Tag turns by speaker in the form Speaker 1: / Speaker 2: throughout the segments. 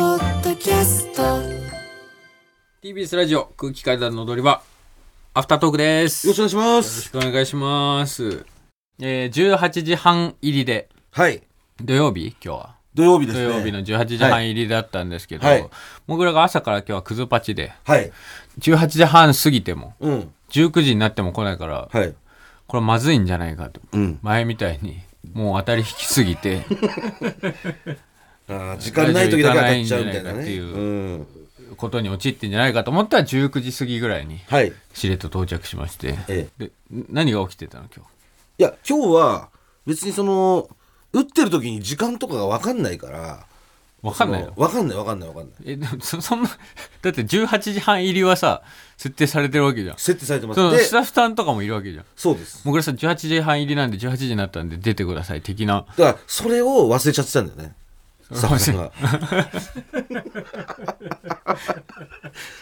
Speaker 1: キャスト
Speaker 2: TBS ラジオ空気階段の踊り場アフタートークです
Speaker 3: よろしくお願いしま
Speaker 2: よろし
Speaker 3: す。
Speaker 2: くお願いしますえー、18時半入りで
Speaker 3: はい。
Speaker 2: 土曜日今日は
Speaker 3: 土曜日です
Speaker 2: 土
Speaker 3: ね。
Speaker 2: 曜日の18時半入りだったんですけど、
Speaker 3: はいはい
Speaker 2: もぐらが朝から今日はクズパチで
Speaker 3: はい。
Speaker 2: 18時半過ぎても
Speaker 3: うん。
Speaker 2: 19時になっても来ないから、
Speaker 3: はい。
Speaker 2: これまずいんじゃないかと、
Speaker 3: うん
Speaker 2: 前みたいにもう当たり引きすぎ て
Speaker 3: あー時間ない時だけ当たっちゃうみたいな
Speaker 2: ラ
Speaker 3: ね。
Speaker 2: ジオ行かないんじゃないかっていう
Speaker 3: うん。
Speaker 2: ことに陥ってんじゃないかと思ったら19時過ぎぐらいに
Speaker 3: はい。
Speaker 2: しれっと到着しまして、
Speaker 3: え
Speaker 2: で何が起きてたの今日
Speaker 3: いや、今日は別にその、打ってる時に時間とかが分かんないから。
Speaker 2: わかんないの
Speaker 3: その分かんない分かんない分かんない。
Speaker 2: えでもそそ んなだって18時半入りはさ設定されてるわけじゃん
Speaker 3: 設定されてま
Speaker 2: そ
Speaker 3: す。
Speaker 2: の
Speaker 3: で、
Speaker 2: スタッフさんとかもいるわけじゃん
Speaker 3: そうです。
Speaker 2: もぐらさん18時半入りなんで18時になったんで出てください的な
Speaker 3: だから、それを忘れちゃってたんだよね。スタッフさんが。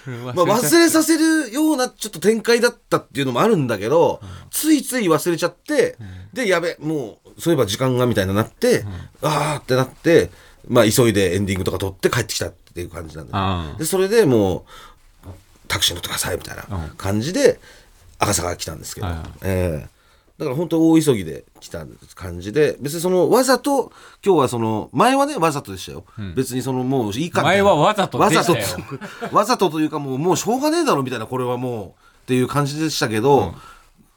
Speaker 3: まあ、忘れさせるようなちょっと展開だったっていうのもあるんだけど、ついつい忘れちゃって、でやべもうそういえば時間がみたいになって、あーってなって、まあ、急いでエンディングとか撮って帰ってきたっていう感じなんだよ
Speaker 2: うん
Speaker 3: ねでそれでもうタクシー乗ってくださいみたいな感じで赤坂来たんですけど、
Speaker 2: はいはい
Speaker 3: ええだから本当大急ぎで来た感じで別にそのわざと今日はその前はねわざとでしたよ、別にそのもういいかみたいな
Speaker 2: 前はわざとでしたよ
Speaker 3: わざと わざとというかもうもうしょうがねえだろみたいなこれはもうっていう感じでしたけど、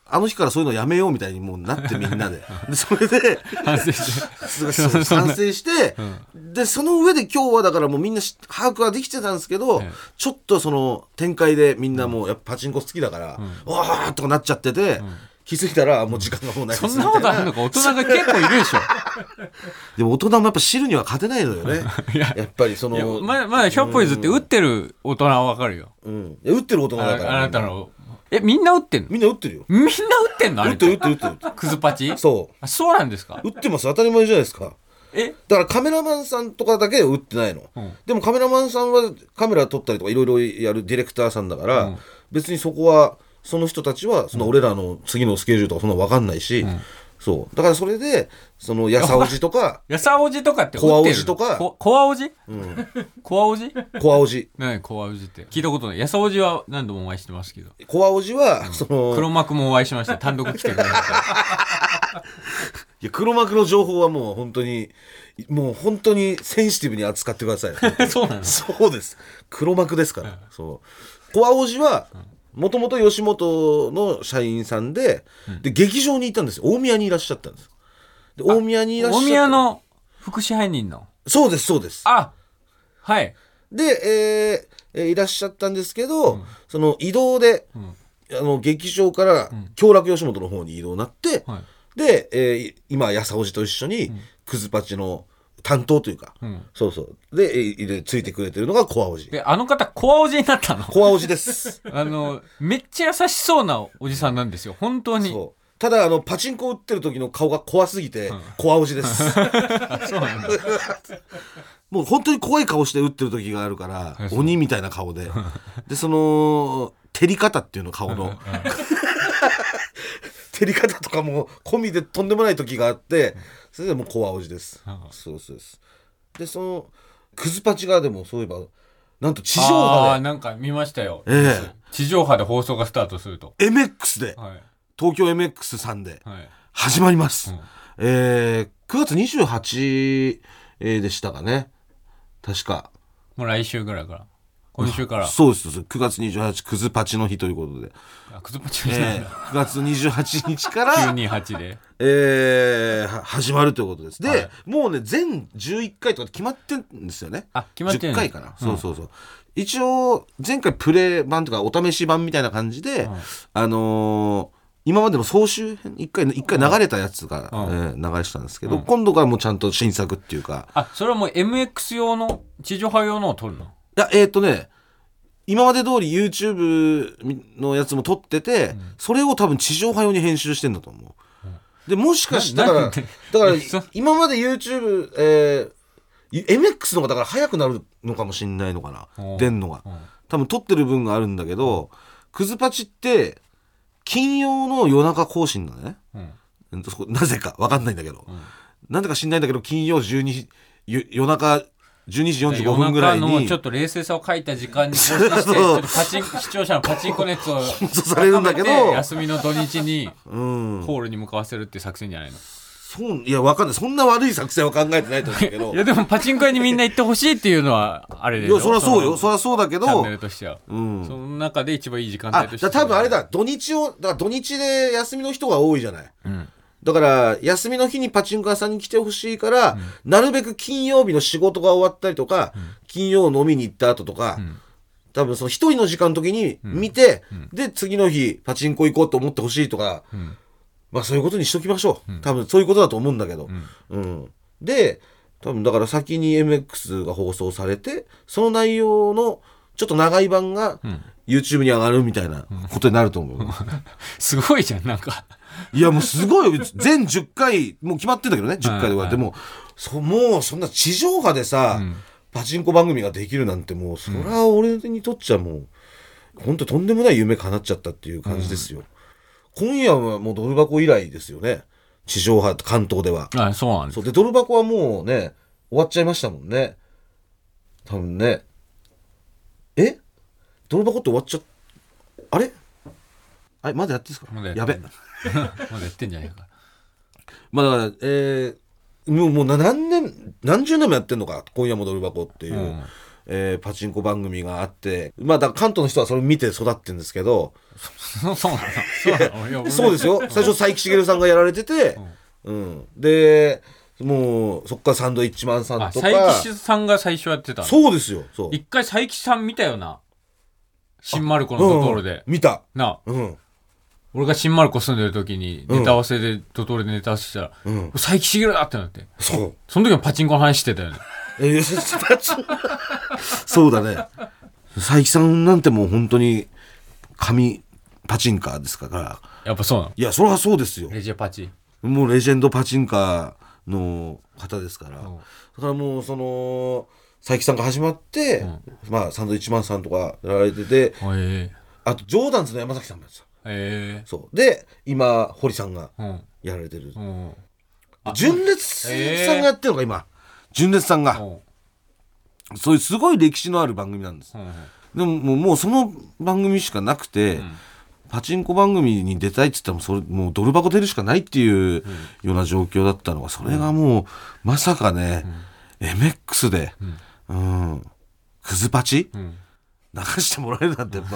Speaker 3: あの日からそういうのやめようみたいにもうなってみん なででそれで
Speaker 2: 反省して
Speaker 3: そうそう賛 成して、でその上で今日はだからもうみんなし把握はできてたんですけど、
Speaker 2: ええ
Speaker 3: ちょっとその展開でみんなもうやっぱパチンコ好きだから、わーっとかなっちゃってて、気づいたらもう時間がもうないです
Speaker 2: そんなことあるのか大人が結構いる でしょ
Speaker 3: でも大人もやっぱ汁には勝てないのよねやっぱり そ
Speaker 2: いや
Speaker 3: の
Speaker 2: まだまだ「ヒョッポイズ」って打ってる大人はわかるよ
Speaker 3: うん、いや打ってる大人
Speaker 2: あ
Speaker 3: だから
Speaker 2: あなたのえみんな打ってんの
Speaker 3: みんな打ってるよ
Speaker 2: みんな打ってんのあ
Speaker 3: 打
Speaker 2: れ
Speaker 3: ってる打ってる打ってる
Speaker 2: クズパチ
Speaker 3: そ
Speaker 2: あそうなんですか
Speaker 3: う。打ってます。当たり前じゃないですか。
Speaker 2: え
Speaker 3: だからカメラマンさんとかだけは打ってないの。
Speaker 2: ん
Speaker 3: でもカメラマンさんはカメラ撮ったりとかいろいろやるディレクターさんだから、別にそこは、その人たちは、その俺らの次のスケジュールとかそんな分かんないし、そう。だからそれで、そのやさおじとか、
Speaker 2: やさおじとかって打ってる
Speaker 3: コアおじとか
Speaker 2: こコアおじ コアおじ
Speaker 3: コアおじ。
Speaker 2: 何コアおじって聞いたことないやさおじは何度もお会いしてますけど
Speaker 3: コアおじは、その、
Speaker 2: 黒幕もお会いしました単独来てくれました
Speaker 3: いや黒幕の情報はもう本当に、もう本当にセンシティブに扱ってください。
Speaker 2: そうなの
Speaker 3: そうです。黒幕ですから。そう。コア王子は、もともと吉本の社員さんで、で、劇場にいたんですよ。大宮にいらっしゃったんです。で、大宮 にいらっしゃっ
Speaker 2: 大
Speaker 3: た。
Speaker 2: 宮の副支配人の
Speaker 3: そうです、そうです。
Speaker 2: あはい
Speaker 3: で、えーえーいらっしゃったんですけど、その移動で、あの、劇場から、京楽吉本の方に移動になって、
Speaker 2: はい
Speaker 3: で、えーい今、やさおじと一緒に、くずパチの担当というか、
Speaker 2: ん
Speaker 3: そうそう。で、えーいるついてくれてるのがコアおじ。
Speaker 2: であの方コアおじになったの
Speaker 3: コアおじです。
Speaker 2: あのめっちゃ優しそうなおじさんなんですよ本当に
Speaker 3: そうただあのパチンコ打ってる時の顔が怖すぎて、怖おじです もう本当に怖い顔して打ってる時があるから
Speaker 2: いそう
Speaker 3: 鬼みたいな 顔ででその照り方っていうの顔の照り方とかも込みでとんでもない時があってそれでもう怖おじです、
Speaker 2: ん
Speaker 3: そうそうですでそのクズパチがでもそういえばなんと地上
Speaker 2: ああ
Speaker 3: 波
Speaker 2: なんか見ましたよ
Speaker 3: で、え
Speaker 2: 地上波で放送がスタートすると
Speaker 3: え、MX で
Speaker 2: はい
Speaker 3: 東京 MX さんで、
Speaker 2: はい
Speaker 3: 始まります、
Speaker 2: うん
Speaker 3: えー、9月28、えーでしたかね確か
Speaker 2: もう来週ぐらいから今週から
Speaker 3: そうですそうです9月28くずパチの日ということで、
Speaker 2: あクズパチにな
Speaker 3: え
Speaker 2: ん
Speaker 3: ー、
Speaker 2: だ
Speaker 3: 9月28 日から、
Speaker 2: 928で
Speaker 3: えー、は始まるということですで、
Speaker 2: はい
Speaker 3: もうね全11回とか決まってんですよね
Speaker 2: あ決まってん
Speaker 3: 10
Speaker 2: の
Speaker 3: 回かな、そうそうそう一応前回プレイ版とかお試し版みたいな感じで、あのー今までの総集編一回一回流れたやつが、
Speaker 2: うん
Speaker 3: えー流れてたんですけど、今度からもうちゃんと新作っていうか、
Speaker 2: あそれはもう MX 用の地上波用のを撮るの
Speaker 3: いや、えーっ、とね、今まで通り YouTube のやつも撮ってて、それを多分地上波用に編集してんだと思う。で、もしかした
Speaker 2: な
Speaker 3: ら、
Speaker 2: な
Speaker 3: だ
Speaker 2: んで
Speaker 3: から
Speaker 2: そ、
Speaker 3: 今まで YouTube、えー、MX の方がだから早くなるのかもしんないのか
Speaker 2: お
Speaker 3: な
Speaker 2: う
Speaker 3: 出んのが
Speaker 2: うん
Speaker 3: 多分撮ってる分があるんだけどクズパチって金曜の夜中更新だね
Speaker 2: うん
Speaker 3: うんそこなぜか分かんないんだけど、なんでか知んないんだけど金曜12時ゆ夜中12時45分ぐらい
Speaker 2: 夜中
Speaker 3: に
Speaker 2: のちょっと冷静さを書いた時間に更新して、ちょっとパチン視聴者のパチンコ熱を
Speaker 3: とされるんだけど
Speaker 2: 高めて休みの土日に
Speaker 3: うん
Speaker 2: ホールに向かわせるっていう作戦じゃないの。
Speaker 3: そういやわかんないそんな悪い作戦は考えてないと思うけ ど
Speaker 2: いやでもパチンコ屋にみんな行ってほしいっていうのはあれで
Speaker 3: い
Speaker 2: しょ
Speaker 3: やそりゃそうよそりゃそうだけ
Speaker 2: チャン
Speaker 3: ど
Speaker 2: ネルとしては。
Speaker 3: うん
Speaker 2: その中で一番いい時間
Speaker 3: あ
Speaker 2: 帯として
Speaker 3: だ多分あれ。だ土日をだから土日で休みの人が多いじゃない
Speaker 2: うん。
Speaker 3: だから休みの日にパチンコ屋さんに来てほしいから、なるべく金曜日の仕事が終わったりとか、金曜飲みに行った後とか、
Speaker 2: ん
Speaker 3: 多分その一人の時間の時に見て、で次の日パチンコ行こうと思ってほしいとか、
Speaker 2: うん
Speaker 3: まあそういうことにしときましょう、多分そういうことだと思うんだけど、うんで多分だから先に MX が放送されてその内容のちょっと長い版が YouTube に上がるみたいなことになると 思う、
Speaker 2: すごいじゃん、なんか。
Speaker 3: いや、もうすごいよ。全10回、もう決まってんだけどね、10回で終わって、もう、そもうそんな地上波でさ、
Speaker 2: ん
Speaker 3: パチンコ番組ができるなんて、もう、そりゃ俺にとっちゃもう、ほんととんでもない夢叶っちゃったっていう感じですよ。今夜はもうドル箱以来ですよね。地上波、関東では。
Speaker 2: あ、そうなんです。
Speaker 3: そう、で、ドル箱はもうね、終わっちゃいましたもんね。多分ね。えドル箱って終わっちゃっ、あれあれ、まだやってんすか
Speaker 2: まだやってん
Speaker 3: やべ。
Speaker 2: まだやってんじゃないか。
Speaker 3: まあだから、えーもうもうな何年、何十年もやってんのか、今夜もドル箱っていう、
Speaker 2: うん
Speaker 3: えーパチンコ番組があって、まあだから関東の人はそれ見て育ってんですけど、
Speaker 2: そうそうなの。そうなのいや。俺
Speaker 3: そ うですよ、最初佐伯茂さんがやられてて、うん、で、もうそこからサンドイッチマンさん
Speaker 2: あ、
Speaker 3: と
Speaker 2: 佐
Speaker 3: か、
Speaker 2: 伯さんが最初やってたの。
Speaker 3: そうですよ、そう。
Speaker 2: 一回佐伯さん見たよな。新丸子のところで。
Speaker 3: うん見た。
Speaker 2: なあ、
Speaker 3: うん。
Speaker 2: 俺が新丸子住んでる時に、ネタ合わせで、ドトールでネタ合わせしたら、
Speaker 3: うん。
Speaker 2: 佐伯茂だってなって。
Speaker 3: そう。
Speaker 2: その時もパチンコの話してたよね。
Speaker 3: えー パチンそうだね。佐伯さんなんてもう本当に、神パチンカーですから、
Speaker 2: やっぱそうなの。
Speaker 3: いや、それはそうですよ。
Speaker 2: レジェパチ。
Speaker 3: もうレジェンドパチンカーの方ですから、
Speaker 2: ん
Speaker 3: だからもうその佐伯さんが始まって、まあサンドイッチマンさんとかやられてて
Speaker 2: え
Speaker 3: あとジョーダンズの山崎さんもやってた
Speaker 2: ええ
Speaker 3: そうで今堀さんが
Speaker 2: えうん。
Speaker 3: やられてる、
Speaker 2: うん。うん。
Speaker 3: 純烈さんがやってるのか今純烈さんが、そういうすごい歴史のある番組なんです、
Speaker 2: うん。
Speaker 3: でももうもうその番組しかなくて、パチンコ番組に出たいって言ったらもうそれもうドル箱出るしかないっていうような状況だったのがそれがもうまさかね、MX で、うんクズパチ、
Speaker 2: ん
Speaker 3: 流してもらえるなんてやっぱ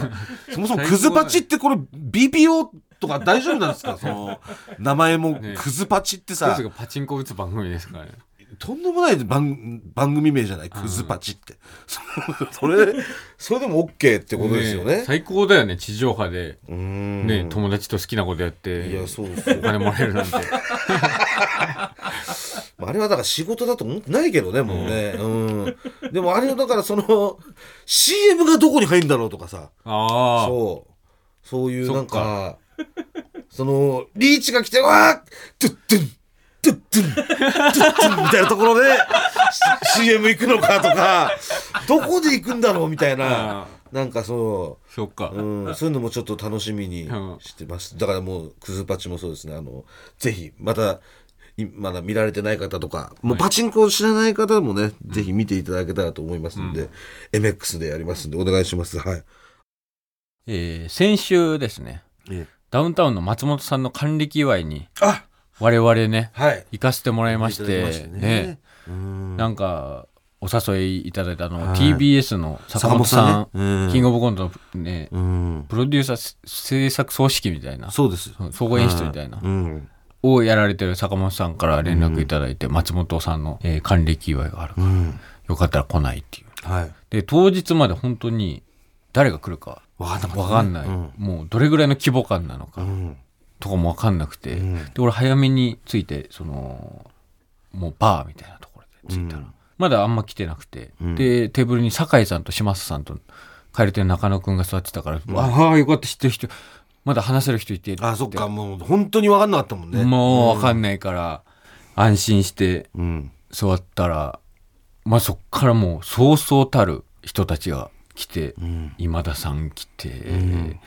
Speaker 3: そもそもクズパチってこれ BPO とか大丈夫なんですかその名前も
Speaker 2: ね
Speaker 3: クズパチって
Speaker 2: ク
Speaker 3: さ、
Speaker 2: ズがパチンコ打つ番組ですからね。
Speaker 3: とんでもない番番組名じゃないクズパチって、 それそれでも OK ってことですよね
Speaker 2: え最高だよね、地上波で。
Speaker 3: うーん
Speaker 2: ね、友達と好きなことやって。
Speaker 3: いやそうそう
Speaker 2: お金もらえる なんて。
Speaker 3: あれはだから仕事だと思ってないけどねもうね、うんでもあれはだからその CM がどこに入るんだろうとかさ
Speaker 2: ああ。
Speaker 3: そうそういうなんか
Speaker 2: か
Speaker 3: そのリーチが来てわートゥットゥントゥットゥントゥットゥンみたいなところで C- CM 行くのかとかどこで行くんだろうみたいな
Speaker 2: あ
Speaker 3: なんかそう
Speaker 2: そっか。
Speaker 3: うん、そういうのもちょっと楽しみにしてます。だからもう、クズパチもそうですね。あの、ぜひ、また、いまだ見られてない方とか、もうパチンコを知らない方もね、ぜひ見ていただけたらと思いますんで、MX でやりますんで、お願いします。はい。
Speaker 2: えー先週ですね、
Speaker 3: ええ
Speaker 2: ダウンタウンの松本さんの還暦祝いに、
Speaker 3: あ
Speaker 2: 我々ね、
Speaker 3: はい。
Speaker 2: 行かせてもらいまし
Speaker 3: いただき
Speaker 2: て、
Speaker 3: ました
Speaker 2: ね
Speaker 3: ねうん
Speaker 2: なんか、お誘いいただいたあの、
Speaker 3: はい
Speaker 2: TBS の坂本さん、
Speaker 3: 坂本さんねうん
Speaker 2: キングオブコントのね、
Speaker 3: うん。
Speaker 2: プロデューサー制作総指揮みたいな、
Speaker 3: そうです。
Speaker 2: 総合演出みたいな、
Speaker 3: うん。
Speaker 2: をやられてる坂本さんから連絡いただいて、松本さんの、えー還暦祝いがあるか
Speaker 3: う
Speaker 2: ら、
Speaker 3: ん。
Speaker 2: よかったら来ないっていう。
Speaker 3: はい。
Speaker 2: で、当日まで本当に、誰が来るか
Speaker 3: わかんなかったね
Speaker 2: わかんない、
Speaker 3: うん
Speaker 2: もうどれぐらいの規模感なのか、
Speaker 3: うん。
Speaker 2: とかも分かんなくて、
Speaker 3: ん
Speaker 2: で俺早めに着いてそのもうバーみたいなところで着いたら、
Speaker 3: うん
Speaker 2: まだあんま来てなくて、
Speaker 3: ん
Speaker 2: でテーブルに酒井さんと島津さんと帰り手の中野くんが座ってたから「ああよかった知ってる人まだ話せる人いて」
Speaker 3: あ、そっか、もう、本当にわかんなかったもんね。
Speaker 2: もう分かんないから、安心して
Speaker 3: うん。
Speaker 2: 座ったらまあそっからもうそうそうたる人たちが来て、
Speaker 3: うん。
Speaker 2: 今田さん来て、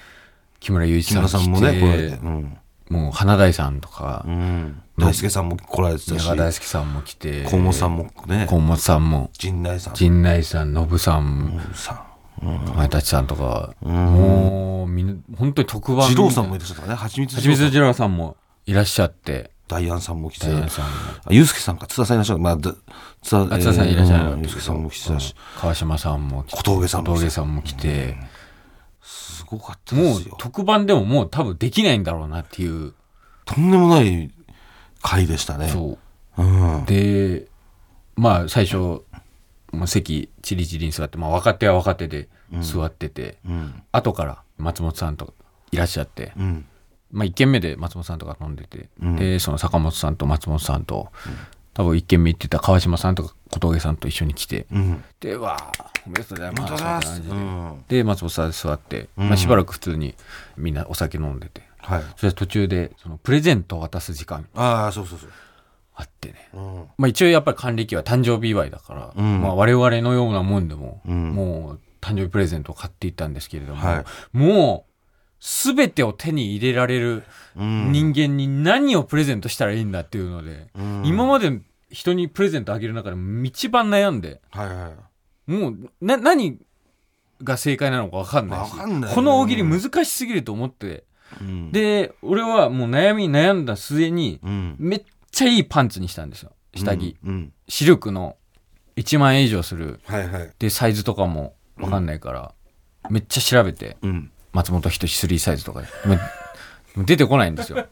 Speaker 2: 木村祐一
Speaker 3: 木
Speaker 2: さん
Speaker 3: 村
Speaker 2: 来て
Speaker 3: さんもね、こうやって。うん。
Speaker 2: もう花大さんとか
Speaker 3: う、ん、大輔さんも来られてた
Speaker 2: 宮
Speaker 3: し
Speaker 2: 川大輔さんも来て
Speaker 3: 河本さんもね
Speaker 2: 河本さんも
Speaker 3: 陣内さん
Speaker 2: 陣内さんノブさん
Speaker 3: さ
Speaker 2: かまいたちさんとか、もうみんな本当に特
Speaker 3: ん
Speaker 2: 番
Speaker 3: 二郎さんも
Speaker 2: はい
Speaker 3: らっしゃったからねはちみつ
Speaker 2: ちみつ二郎さんもいらっしゃって
Speaker 3: ダイアンさんも来て
Speaker 2: ダイアンさんも
Speaker 3: あユースケさんか津田さんいらっしゃるまあだ津田
Speaker 2: あ津田さんいらっしゃる
Speaker 3: えーうんユースケさんも来てたし
Speaker 2: 川島さんも来て
Speaker 3: 小峠さんも
Speaker 2: 小
Speaker 3: 来て
Speaker 2: 峠さんも来て、
Speaker 3: すごかったで
Speaker 2: もう
Speaker 3: すよ
Speaker 2: 特番でももう多分できないんだろうなっていう、
Speaker 3: とんでもない回でしたね
Speaker 2: そう
Speaker 3: うん
Speaker 2: でまあ最初もう席チリチリに座って、まあ、若手は若手で座ってて、
Speaker 3: うん
Speaker 2: 後から松本さんとかいらっしゃって、
Speaker 3: うん
Speaker 2: まあ、1軒目で松本さんとか飲んでて、
Speaker 3: うん
Speaker 2: でその坂本さんと松本さんと、多分1軒目行ってた川島さんとか小峠さんと一緒に来て
Speaker 3: うん
Speaker 2: 「でわあおめでとうございます」みたいな感じで、
Speaker 3: うん
Speaker 2: で松本さん座って、
Speaker 3: うん
Speaker 2: まあ、しばらく普通にみんなお酒飲んでて
Speaker 3: はい
Speaker 2: それで途中でそのプレゼントを渡す時間
Speaker 3: ああそうそうそう
Speaker 2: あってね
Speaker 3: うん
Speaker 2: まあ、一応やっぱり還暦は誕生日祝いだから、
Speaker 3: うん
Speaker 2: まあ、我々のようなもんでも、
Speaker 3: うん
Speaker 2: もう誕生日プレゼントを買っていったんですけれども、
Speaker 3: はい
Speaker 2: もう全てを手に入れられる
Speaker 3: うん
Speaker 2: 人間に何をプレゼントしたらいいんだっていうので、
Speaker 3: うん
Speaker 2: 今まで人にプレゼントあげる中で一番悩んで
Speaker 3: はいはい
Speaker 2: もうな何が正解なのか分かんないし
Speaker 3: わかんない
Speaker 2: この大喜利難しすぎると思って、
Speaker 3: うん
Speaker 2: で俺はもう悩みに悩んだ末に
Speaker 3: うん
Speaker 2: めっちゃいいパンツにしたんですよ下着。
Speaker 3: うん
Speaker 2: シルクの1万円以上する
Speaker 3: はいはい
Speaker 2: でサイズとかも分かんないから、めっちゃ調べて
Speaker 3: うん
Speaker 2: 松本人志3サイズとかででもでも出てこないんですよ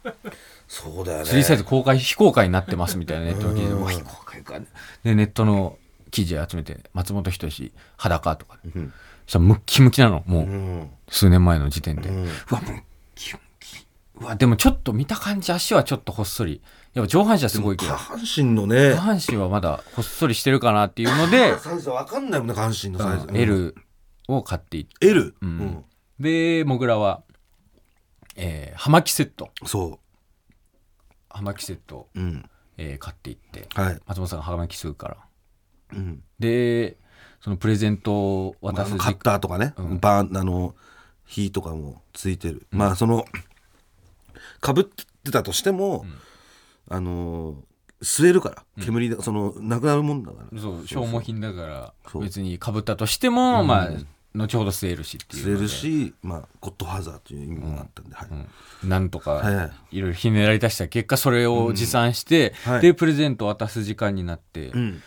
Speaker 3: そうだよね
Speaker 2: 3サイズ公開非公開になってますみたいなネットの記事で
Speaker 3: うん
Speaker 2: うわ非公開かでネットの記事集めて松本人志裸とか
Speaker 3: うん
Speaker 2: そしたらムッキムキなのも
Speaker 3: う
Speaker 2: うん数年前の時点
Speaker 3: う
Speaker 2: で、
Speaker 3: ん
Speaker 2: うわムッキムキうわでもちょっと見た感じ足はちょっとほっそりやっぱ上半身はすごいけど
Speaker 3: 下半身のね
Speaker 2: 下半身はまだほっそりしてるかなっていうので
Speaker 3: サイズわかんないもんね下半身のサイズ、うん、
Speaker 2: L を買っていって
Speaker 3: L、
Speaker 2: う
Speaker 3: う
Speaker 2: ん
Speaker 3: ん
Speaker 2: でモグラは、えー、葉巻セット
Speaker 3: そ
Speaker 2: 葉巻セットを、
Speaker 3: ううん
Speaker 2: えー買っていって
Speaker 3: はい
Speaker 2: 松本さんが葉巻吸うから
Speaker 3: うん
Speaker 2: でそのプレゼントを
Speaker 3: まあ
Speaker 2: 渡
Speaker 3: あ
Speaker 2: す
Speaker 3: の
Speaker 2: 時
Speaker 3: カッターとかね、
Speaker 2: うん
Speaker 3: バーンあの火とかもついてる、まあそのかぶってたとしても、あの吸えるから煙で、そのなくなるもんだから
Speaker 2: そう消耗品だから
Speaker 3: そう
Speaker 2: 別にかぶったとしても、
Speaker 3: うん
Speaker 2: まあ後ほど吸えるしっていう
Speaker 3: 吸え
Speaker 2: ので
Speaker 3: る、し、まあ、ゴッドファーザーという意味もあったんで、はい
Speaker 2: うんなんと
Speaker 3: はい
Speaker 2: か
Speaker 3: はい
Speaker 2: いろいろひねられ出した結果それを持参して、
Speaker 3: うんはい
Speaker 2: でプレゼントを渡す時間になって、
Speaker 3: うん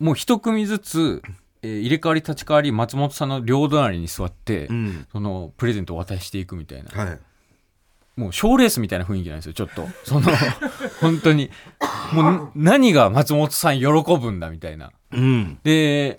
Speaker 2: もう一組ずつ、えー入れ替わり立ち替わり松本さんの両隣に座って、
Speaker 3: うん
Speaker 2: そのプレゼントを渡していくみたいな
Speaker 3: はい
Speaker 2: もう賞ーレースみたいな雰囲気なんですよちょっとそ の本当にもう何が松本さん喜ぶんだみたいな
Speaker 3: うん
Speaker 2: で、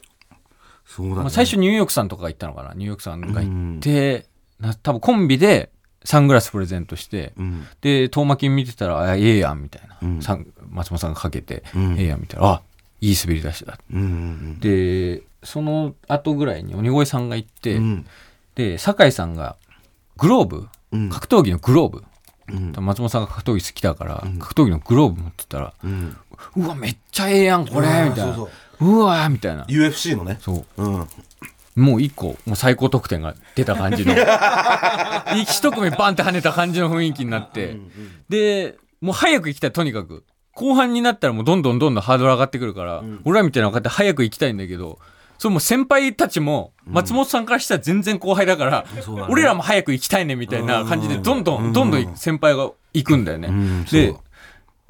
Speaker 3: そうだ、ね
Speaker 2: まあ、最初ニューヨークさんとかが行ったのかなニューヨークさんが行って、な多分コンビでサングラスプレゼントして
Speaker 3: うん
Speaker 2: で遠巻きに見てたらあ「ええやん」みたいな、
Speaker 3: うん
Speaker 2: さん松本さんがかけて「
Speaker 3: うん
Speaker 2: ええやん」みたいな「あいい滑り出しだ」
Speaker 3: うんうん
Speaker 2: でその後ぐらいに鬼越さんが行って、
Speaker 3: うん
Speaker 2: で酒井さんがグローブ
Speaker 3: うん
Speaker 2: 格闘技のグローブ、
Speaker 3: うん
Speaker 2: 松本さんが格闘技好きだから、
Speaker 3: うん
Speaker 2: 格闘技のグローブ持ってたら
Speaker 3: うん
Speaker 2: 「うわめっちゃええやんこれ」
Speaker 3: あー
Speaker 2: みたいな「
Speaker 3: そうう
Speaker 2: わ」みたいな
Speaker 3: そう UFC のね
Speaker 2: そ
Speaker 3: うん
Speaker 2: うもう一個もう最高得点が出た感じ の一組バンって跳ねた感じの雰囲気になって、でもう早く行きたいとにかく後半になったらもうどんどんどんどんハードル上がってくるから、俺らみたいな方早く行きたいんだけどそれもう先輩たちも松本さんからしたら全然後輩だから、
Speaker 3: そうだね
Speaker 2: 俺らも早く行きたいねみたいな感じでどんどんどんどん先輩が行くんだよね。
Speaker 3: うんそう
Speaker 2: で
Speaker 3: だ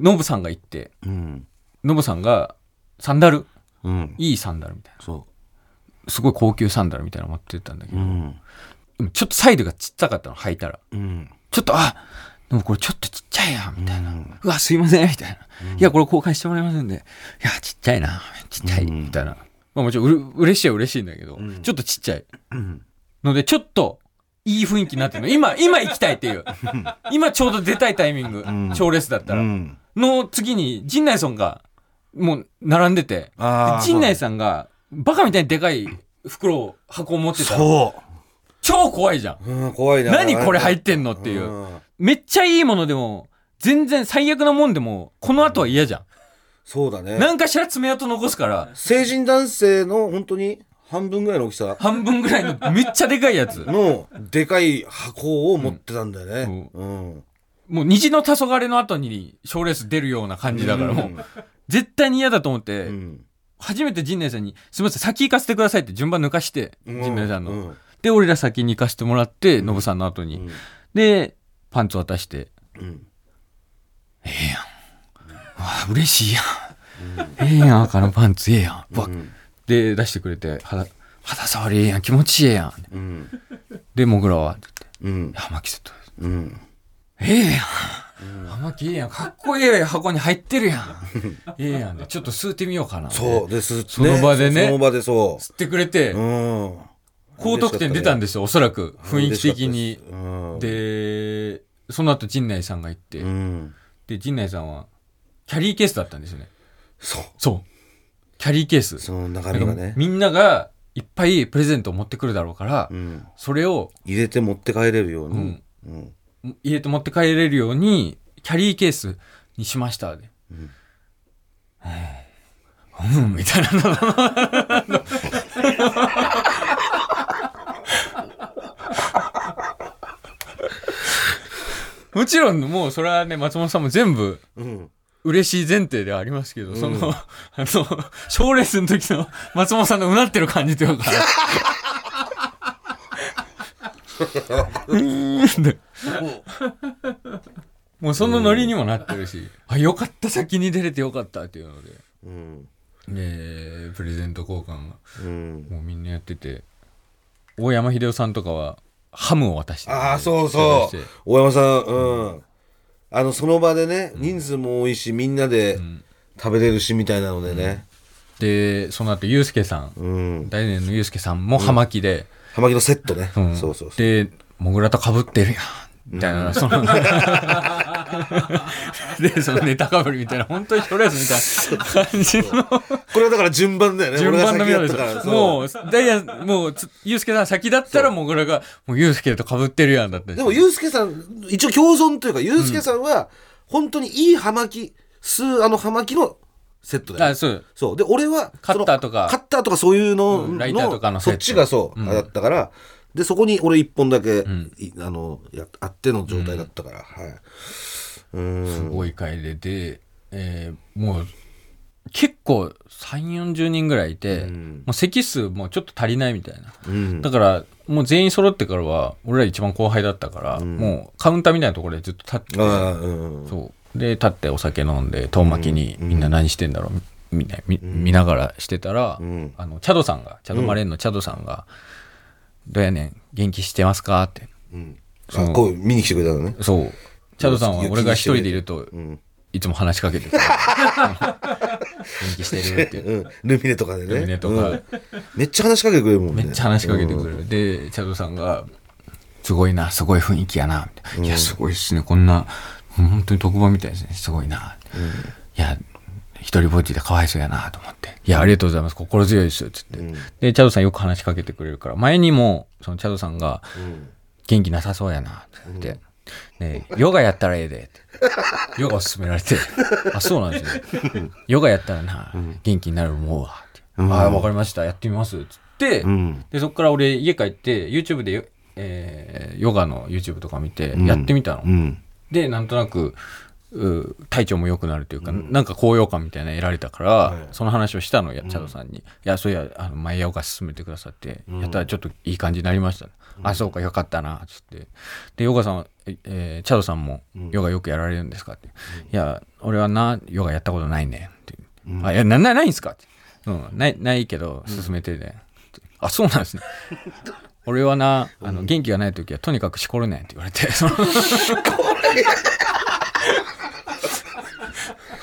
Speaker 2: ノブさんが行って
Speaker 3: うん
Speaker 2: ノブさんがサンダル
Speaker 3: うん
Speaker 2: いいサンダルみたい
Speaker 3: そ
Speaker 2: なすごい高級サンダルみたいなの持ってったんだけ
Speaker 3: う
Speaker 2: ど、
Speaker 3: ん
Speaker 2: でもちょっとサイドがちっちゃかったの履いたら。
Speaker 3: うん
Speaker 2: ちょっと、あ、でもこれちょっとちっちゃいやん、みたいな。うわ、すいません、みたいな。いや、これ公開してもらえませんで。いや、ちっちゃいな、ちっちゃい、
Speaker 3: うん
Speaker 2: みたいな。まあもちろんうれ、嬉しいは嬉しいんだけど、
Speaker 3: ん
Speaker 2: ちょっとちっちゃい。
Speaker 3: うん
Speaker 2: ので、ちょっと、いい雰囲気になってるの。今、今行きたいって いう。今ちょうど出たいタイミング
Speaker 3: ん。
Speaker 2: 賞、レースだったら。
Speaker 3: うん
Speaker 2: の次に、陣内さんが、もう、並んでて。で
Speaker 3: あー
Speaker 2: 陣内さんが、バカみたいにでかい袋を、箱を持ってたら。
Speaker 3: そ
Speaker 2: 超怖いじゃん。
Speaker 3: ううん怖いな
Speaker 2: 何これ入って
Speaker 3: ん
Speaker 2: んのっていう。
Speaker 3: ん
Speaker 2: めっちゃいいものでも、全然最悪なもんでも、この後は嫌じゃん。
Speaker 3: そうだね
Speaker 2: 何かしら爪痕残すから、
Speaker 3: 成人男性の本当に半分ぐらいの大きさ
Speaker 2: 半分ぐらい のめっちゃでかいやつ。
Speaker 3: のでかい箱を持ってたんだよねうん
Speaker 2: もう虹の黄昏の後に賞レース出るような感じだから、もう、絶対に嫌だと思って、
Speaker 3: うん
Speaker 2: 初めて陣内さんに、すみません、先行かせてくださいって順番抜かして、
Speaker 3: うん
Speaker 2: 陣内さんの。
Speaker 3: うん
Speaker 2: で、俺ら先に行かせてもらって、ノブさんの後に。
Speaker 3: うん
Speaker 2: で、パンツ渡して、
Speaker 3: うん
Speaker 2: あ嬉しいやん。ええやん、赤のパンツええやん。わ
Speaker 3: う
Speaker 2: っ
Speaker 3: ん
Speaker 2: で、出してくれて、肌、肌触りええやん、気持ちええやん。
Speaker 3: うん
Speaker 2: で、もぐらは、って
Speaker 3: うん
Speaker 2: 言って、浜木セットです。
Speaker 3: うん
Speaker 2: ええやん。浜木ええやん、かっこええやん、箱に入ってるやん。ええやんで、ちょっと吸ってみようかな。
Speaker 3: そうですそ
Speaker 2: の場でね
Speaker 3: その場でそ
Speaker 2: 吸ってくれて
Speaker 3: う、うん
Speaker 2: 高得点出たん
Speaker 3: で
Speaker 2: ですよ、おそらく。雰囲気的に。
Speaker 3: で
Speaker 2: で、その後陣内さんが行って、
Speaker 3: うん
Speaker 2: で、陣内さんは、キャリーケースだったんですよね。
Speaker 3: そう
Speaker 2: そう。キャリーケース。
Speaker 3: その中身が
Speaker 2: なんか
Speaker 3: ね
Speaker 2: みんながいっぱいプレゼントを持ってくるだろうから、
Speaker 3: うん
Speaker 2: それを
Speaker 3: 入れて持って帰れるようにうん
Speaker 2: 入れて持って帰れるように、キャリーケースにしました。で
Speaker 3: ん
Speaker 2: うん、うんみたいなの。 もちろん、もうそれはね、松本さんも全部、
Speaker 3: うん
Speaker 2: 嬉しい前提ではありますけど、その、 あの、賞レースの時の松本さんのうなってる感じというか。うーんでもうそのノリにもなってるし、あ、よかった、先に出れてよかったっていうので、
Speaker 3: うん
Speaker 2: で、プレゼント交換が、
Speaker 3: うん
Speaker 2: もうみんなやってて、大山秀夫さんとかは、ハムを渡して、
Speaker 3: ああそうそう
Speaker 2: 渡して
Speaker 3: 大山さんうんあのその場でね人数も多いしみんなで
Speaker 2: ん
Speaker 3: 食べれるしみたいなのでね
Speaker 2: で、その後、ユうスケさん、
Speaker 3: うん
Speaker 2: 大連のユうスケさんも葉巻で、
Speaker 3: 葉巻のセットね
Speaker 2: うん
Speaker 3: そうそうそう
Speaker 2: で、モグラと被ってるやん。みたいな、その、で、そのネタかぶりみたいな、本当にとりあえずみたいな感じの
Speaker 3: これはだから順番だよね
Speaker 2: 順番の
Speaker 3: 俺
Speaker 2: 妙
Speaker 3: が
Speaker 2: で
Speaker 3: 先やったから
Speaker 2: す。
Speaker 3: そう
Speaker 2: もう、ダイヤ、もう、つユうスケさん先だったら、モグラが、もうユうスケと被ってるやんだった
Speaker 3: でも、ユうスケさん、一応共存というか、ユうスケさんは、本当にいい葉巻、吸うあの葉巻のセットだ
Speaker 2: あ、
Speaker 3: よ。
Speaker 2: そう。
Speaker 3: そう。で、俺は、
Speaker 2: カッターとか
Speaker 3: そのカッターとかそういうの
Speaker 2: うんライターとかのセット
Speaker 3: そっちがそう、
Speaker 2: うん
Speaker 3: あれだったから、で、そこに俺一本だけ、
Speaker 2: ん
Speaker 3: いあの、やあっての状態だったから、はい。う
Speaker 2: す
Speaker 3: ーん。
Speaker 2: ごい会で、で、えーもう、結構、3、40人ぐらいいて、
Speaker 3: うん
Speaker 2: もう席数もうちょっと足りないみたいな。
Speaker 3: うん
Speaker 2: だから、もう全員揃ってからは、俺ら一番後輩だったから、もうカウンターみたいなところでずっと立って
Speaker 3: ああ、うん。
Speaker 2: そう。で、立ってお酒飲んで、遠巻きにみんな何してんだろう、みみんな見見ながらしてたら、
Speaker 3: ん
Speaker 2: あの、チャドさんが、チャドマレーンのチャドさんが、どうやねん、元気してますかって。
Speaker 3: うん。
Speaker 2: そ
Speaker 3: あ
Speaker 2: う
Speaker 3: こう、見に来てくれたのね。
Speaker 2: そう。チャドさんは俺が一人でいると、
Speaker 3: うん。
Speaker 2: いつも話しかけてくる元気してるって言って。
Speaker 3: うん。 ルミネとかでね。
Speaker 2: ルミネとか
Speaker 3: うんめっちゃ話しかけてくれるもん
Speaker 2: め
Speaker 3: ね。
Speaker 2: っちゃ話しかけてくる。で、チャドさんが、すごいな、すごい雰囲気やな、みたいな。いや、すごいっすね、こんな、本当に特番みたいですね、すごいな。いや、一人ぼっちでかわいそうやな、と思って。いや、ありがとうございます、心強いですよ、つって。で、チャドさんよく話しかけてくれるから、前にも、そのチャドさんが、元気なさそうやな、って言って。ねえヨガやったらええで、って。ヨガを勧められて、あ、そうなんですね。ヨガやったらな、元気になる思うわ。ってああ、わかりました。やってみます。つって、
Speaker 3: ん
Speaker 2: で、そっから俺家帰って、YouTube でよ、えーヨガの YouTube とか見て、やってみたの。
Speaker 3: うん。
Speaker 2: で、なんとなく、う体調も良くなるというか、なんか高揚感みたいなの得られたから、その話をしたのやチャドさんに「いやそういやあの前ヨガ勧めてくださって、やったらちょっといい感じになりました、あそうかよかったな」っつってでヨガさんは、ええーチャドさんも「ヨガよくやられるんですか?」って「いや俺はなヨガやったことないね」って「あいやななないんすか?」って、うん「ないないけど勧めてね」ってあそうなん ですね」俺はなあの元気がない時はとにかくしこるねんって言われ てその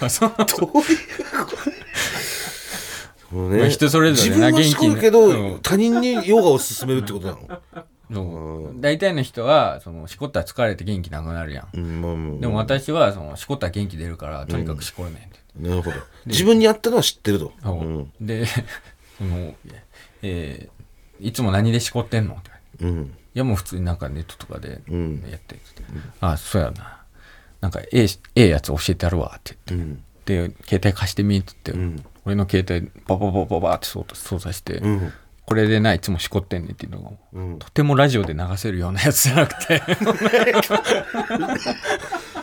Speaker 2: あそう
Speaker 3: もうね
Speaker 2: まあ人それぞれね
Speaker 3: 自分はしこる
Speaker 2: 元
Speaker 3: け
Speaker 2: 気に
Speaker 3: ど、
Speaker 2: うん
Speaker 3: 他人にヨガを勧めるってことな の、
Speaker 2: そう大体の人はそのしこったら疲れて元気なくなるやん
Speaker 3: うんまあまあ
Speaker 2: でも私はそのしこったら元気出るからとにかくしこるねんって、
Speaker 3: なるほど自分に合ったのは知ってると、
Speaker 2: そうで その、えーいつも何でしこってんの?」って言われて
Speaker 3: うん
Speaker 2: いやもう普通になんかネットとかで
Speaker 3: ん
Speaker 2: やってって、あそうやななんかええええやつ教えてやるわって言って、で携帯貸してみって言って、俺の携帯バババババって操作操作して、
Speaker 3: ん
Speaker 2: これでないいつもしこってんねんっていうのが、とてもラジオで流せるようなやつじゃなくて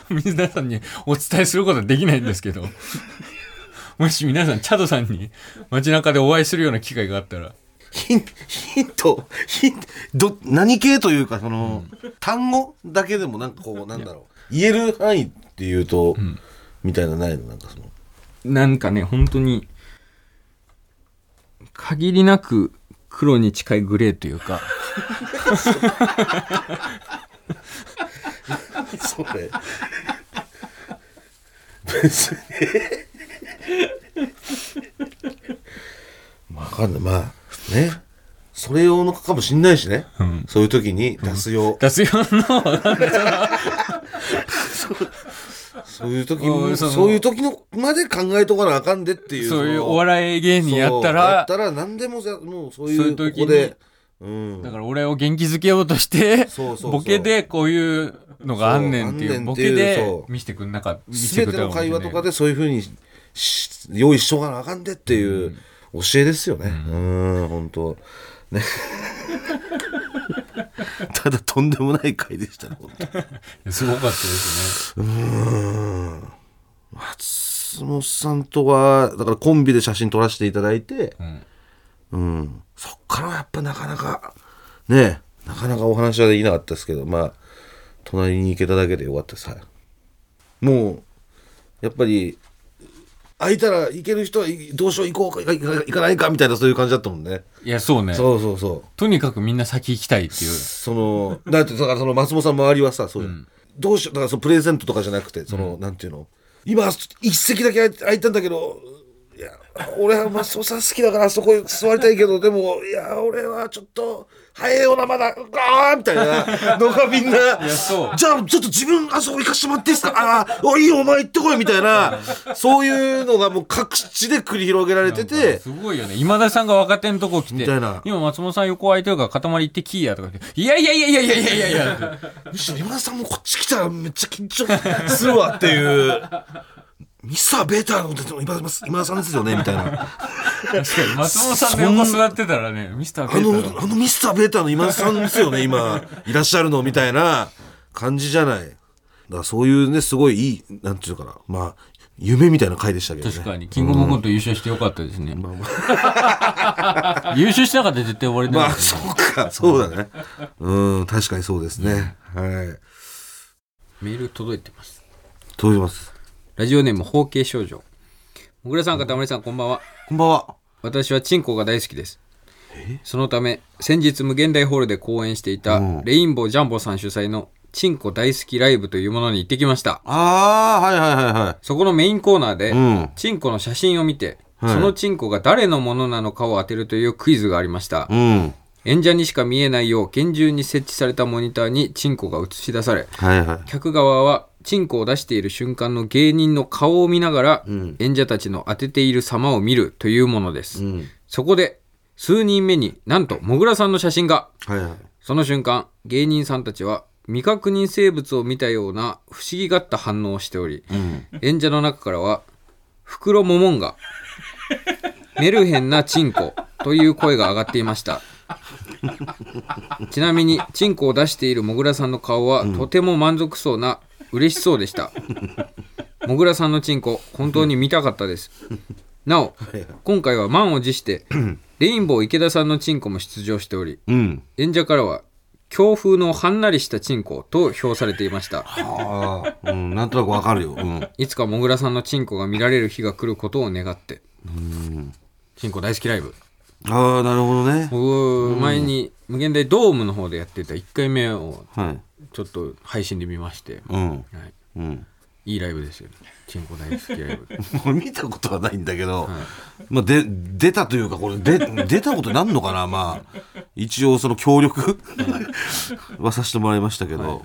Speaker 2: 皆さんにお伝えすることはできないんですけど、もし皆さん、チャドさんに街中でお会いするような機会があったら、
Speaker 3: ヒンヒントヒントど何系というかその、単語だけでもなんかこうなんだろう言える範囲っていうと、みたいなのないのなんかその
Speaker 2: なんかね、本当に、限りなく黒に近いグレーというか、
Speaker 3: それ別にわかんないまあねそれ用のかもしんないしね、
Speaker 2: うん
Speaker 3: そういう時に出す用、
Speaker 2: 脱用の、
Speaker 3: そういう時
Speaker 2: う
Speaker 3: も
Speaker 2: んそ
Speaker 3: そ
Speaker 2: の
Speaker 3: ういう時のまで考えとかなあかんでっていう
Speaker 2: そういう
Speaker 3: の
Speaker 2: お笑い芸人やった
Speaker 3: そうや
Speaker 2: ら
Speaker 3: っ、たら何でもじゃもうそ
Speaker 2: そ
Speaker 3: う
Speaker 2: うい
Speaker 3: いうう
Speaker 2: 時
Speaker 3: こ
Speaker 2: に
Speaker 3: こでうん
Speaker 2: だから俺を元気づけようとして
Speaker 3: そうそうそう
Speaker 2: ボケでこういうのがあんねんっていう
Speaker 3: そうあんねんっていう
Speaker 2: ボケで
Speaker 3: そう
Speaker 2: 見せてくんなか見せてくれ
Speaker 3: 全て
Speaker 2: た
Speaker 3: の
Speaker 2: かもし
Speaker 3: 会
Speaker 2: れ
Speaker 3: 話
Speaker 2: ない
Speaker 3: と
Speaker 2: けど
Speaker 3: かでそういうふうにし用意しとかなあかんでっていう教えですよね。うん、ん本当 ね。ただとんでもない回でしたね。本当
Speaker 2: すごか ったですね
Speaker 3: 松本さんとはだからコンビで写真撮らせていただいて、
Speaker 2: ん
Speaker 3: うん、そっからはやっぱなかなかねなかなかお話はできなかったですけどまあ隣に行けただけでよかったですはいもうやっぱり空いたら行ける人はいどうしよう行こうか行か行かないかみたいなそういう感じだったもんね
Speaker 2: いやそうね
Speaker 3: そうそうそう
Speaker 2: とにかくみんな先行きたいっていう
Speaker 3: そのだってだからその松本さん周りはさそうじゃんどうしようだからそのプレゼントとかじゃなくてその、なんていうの今一席だけ空い空いたんだけどいや俺は松本さん好きだからあそこ座りたいけどでもいや俺はちょっと早いよなまだガーみたいなのがみんな
Speaker 2: そう
Speaker 3: じゃあちょっと自分あそこ行かしてもらっていいですかああおいいよお前行ってこいみたいなそういうのがもう各地で繰り広げられてて
Speaker 2: すごいよね今田さんが若手のとこ来て
Speaker 3: みたいな
Speaker 2: 今松本さん横空いてるから塊行ってキーやとか言っていやいやいやいやいやいやいやいや って
Speaker 3: むしろ今田さんもこっち来たらめっちゃ緊張するわっていう。ミスターベーターのこと今田今田さんですよねみたいな。
Speaker 2: 確かに松本さんの横座ってたらねミスター
Speaker 3: あ
Speaker 2: ペータ
Speaker 3: の、
Speaker 2: ー
Speaker 3: あのミスターベーターの今田さんですよね今、いらっしゃるのみたいな感じじゃない。だからそういうね、すごいいい、なんていうのかな。まあ、夢みたいな回でしたけどね。
Speaker 2: 確かにキングオブコント優勝してよかったですね、優勝しなかったら絶対終わりだ
Speaker 3: ま
Speaker 2: よ
Speaker 3: あ、そうか、そうだね。うん、確かにそうですね。はい。
Speaker 2: メール届いてます
Speaker 3: どうします
Speaker 2: ラジオネーム、包茎少女。小倉さん、かたまりさん、こんばんは。
Speaker 3: こんばんは。
Speaker 2: 私はチンコが大好きです。そのため、先日無限大ホールで公演していた、
Speaker 3: うん
Speaker 2: レインボージャンボさん主催の、チンコ大好きライブというものに行ってきました。
Speaker 3: ああ、はいはいはいは
Speaker 2: そこのメインコーナーで、
Speaker 3: うん
Speaker 2: チンコの写真を見て、
Speaker 3: はい
Speaker 2: そのチンコが誰のものなのかを当てるというクイズがありました。
Speaker 3: い。うん。
Speaker 2: 演者にしか見えないよう厳重に設置されたモニターにチンコが映し出され、
Speaker 3: はいはい。
Speaker 2: 客側はチンコを出している瞬間の芸人の顔を見ながら、
Speaker 3: ん
Speaker 2: 演者たちの当てている様を見るというものです、
Speaker 3: ん
Speaker 2: そこで数人目になんともぐらさんの写真が
Speaker 3: はいはい。
Speaker 2: その瞬間芸人さんたちは未確認生物を見たような不思議がった反応をしており、
Speaker 3: ん
Speaker 2: 演者の中からは「袋ももんが」「メルヘンなチンコ」という声が上がっていましたちなみにチンコを出しているもぐらさんの顔はとても満足そうな嬉しそうでした、もぐらさんのチンコ本当に見たかったですなお今回は満を持してレインボー池田さんのチンコも出場しており
Speaker 3: うん。
Speaker 2: 演者からは強風のはんなりしたチンコと評されていました
Speaker 3: ああ、うん、なんとなくわかるよ。うん。
Speaker 2: いつかもぐらさんのチンコが見られる日が来ることを願ってチンコ大好きライブ
Speaker 3: ああ、なるほどね。
Speaker 2: 僕前に無限大ドームの方でやってた1回目を
Speaker 3: はい。
Speaker 2: ちょっと配信で見まして、
Speaker 3: うん。
Speaker 2: はい、
Speaker 3: うん。
Speaker 2: いいライブですよねチンコ大好きライブ
Speaker 3: 俺見たことはないんだけど、まあ、で、出たというか、これ、で、出たことなんのかなまあ、一応、その協力 はさせてもらいましたけど。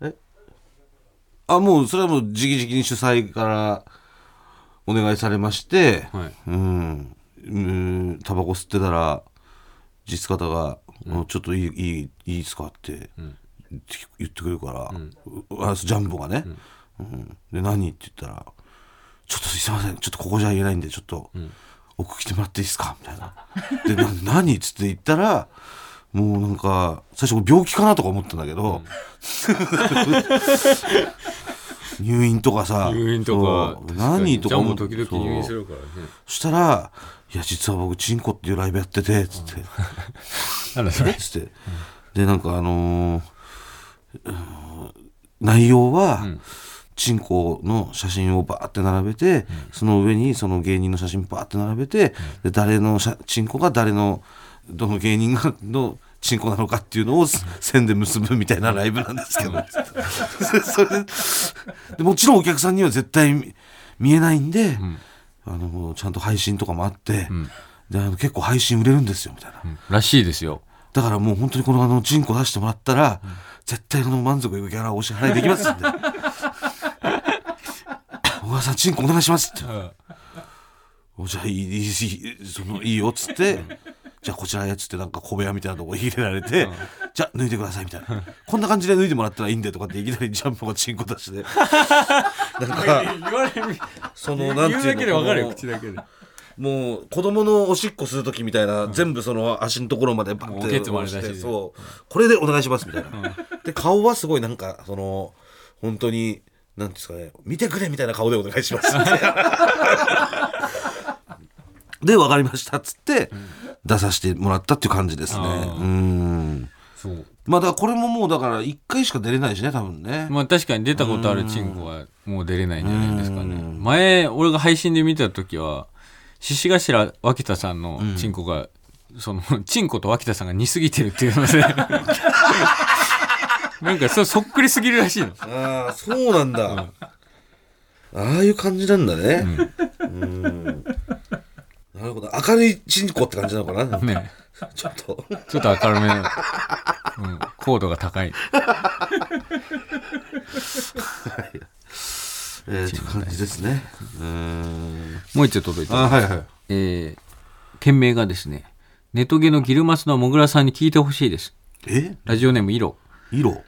Speaker 3: えあ、もう、それはもう、直々に主催からお願いされまして、
Speaker 2: はい
Speaker 3: うん、うん、タバコ吸ってたら実方が、もうちょっといいいいいいですか?」って言って言ってくるから、うあジャンボがね「うんで何?」って言ったら「ちょっとすいませんちょっとここじゃ言えないんでちょっと奥来てもらっていいですか?」みたいな「でな何?」っつって言ったらもうなんか最初俺病気かなとか思ったんだけど、 入院とかさ
Speaker 2: 入院とか
Speaker 3: そう何とか
Speaker 2: も
Speaker 3: 思
Speaker 2: う時々入院するからね
Speaker 3: そしたら「いや実は僕チンコっていうライブやってて」つって。
Speaker 2: なんだそ
Speaker 3: えっつって、でなんかあのーうん内容は、チンコの写真をバーって並べて、その上にその芸人の写真バーって並べて、で誰の写チンコが誰のどの芸人がのチンコなのかっていうのをす線で結ぶみたいなライブなんですけどそれ それででもちろんお客さんには絶対見見えないんで、あのちゃんと配信とかもあって、であの結構配信売れるんですよみたいな。
Speaker 2: らしいですよ
Speaker 3: だからもう本当にこのあのチンコ出してもらったら、絶対この満足いくギャラをお支払いできますんで小川さんチンコお願いしますって、おじゃあいいいいいいそのいいよっつって、じゃあこちらへっつってなんか小部屋みたいなとこ入れられて、じゃあ脱いでくださいみたいなこんな感じで脱いでもらったらいいんでとかっていきなりジャンプがチンコ出してなんか
Speaker 2: 言われる
Speaker 3: そのなんていうのこの
Speaker 2: だけで
Speaker 3: もう子供のおしっこする時みたいな、全部その足のところまでバッ
Speaker 2: もう
Speaker 3: て
Speaker 2: ケツもあるらしい
Speaker 3: 押してそうこれでお願いしますみたいな、で顔はすごいなんかその本当になんていうんですかね見てくれみたいな顔でお願い しますみたいなで分かりましたっつって、出させてもらったっていう感じですね
Speaker 2: あー
Speaker 3: うん
Speaker 2: そう
Speaker 3: まあだからこれももうだから1回しか出れないしね多分ね、
Speaker 2: まあ確かに出たことあるチンコはもう出れないんじゃないですかね
Speaker 3: うん
Speaker 2: 前俺が配信で見た時は獅子頭脇田さんのチンコが、その チンコと脇田さんが似すぎてるっていうの でなんかそそっくりすぎるらしいの
Speaker 3: ああそうなんだ、ああいう感じなんだねうんなるほど明るいチンコって感じなのかな、
Speaker 2: ね
Speaker 3: ちょっと
Speaker 2: ちょっと明るめの、うん、高度が高い
Speaker 3: えー、って感じですねうーん
Speaker 2: もう一丁届いてます
Speaker 3: あはいはい
Speaker 2: えー、件名がですね、ネトゲのギルマスのもぐらさんに聞いてほしいです。
Speaker 3: え
Speaker 2: ラジオネームイロ。
Speaker 3: 色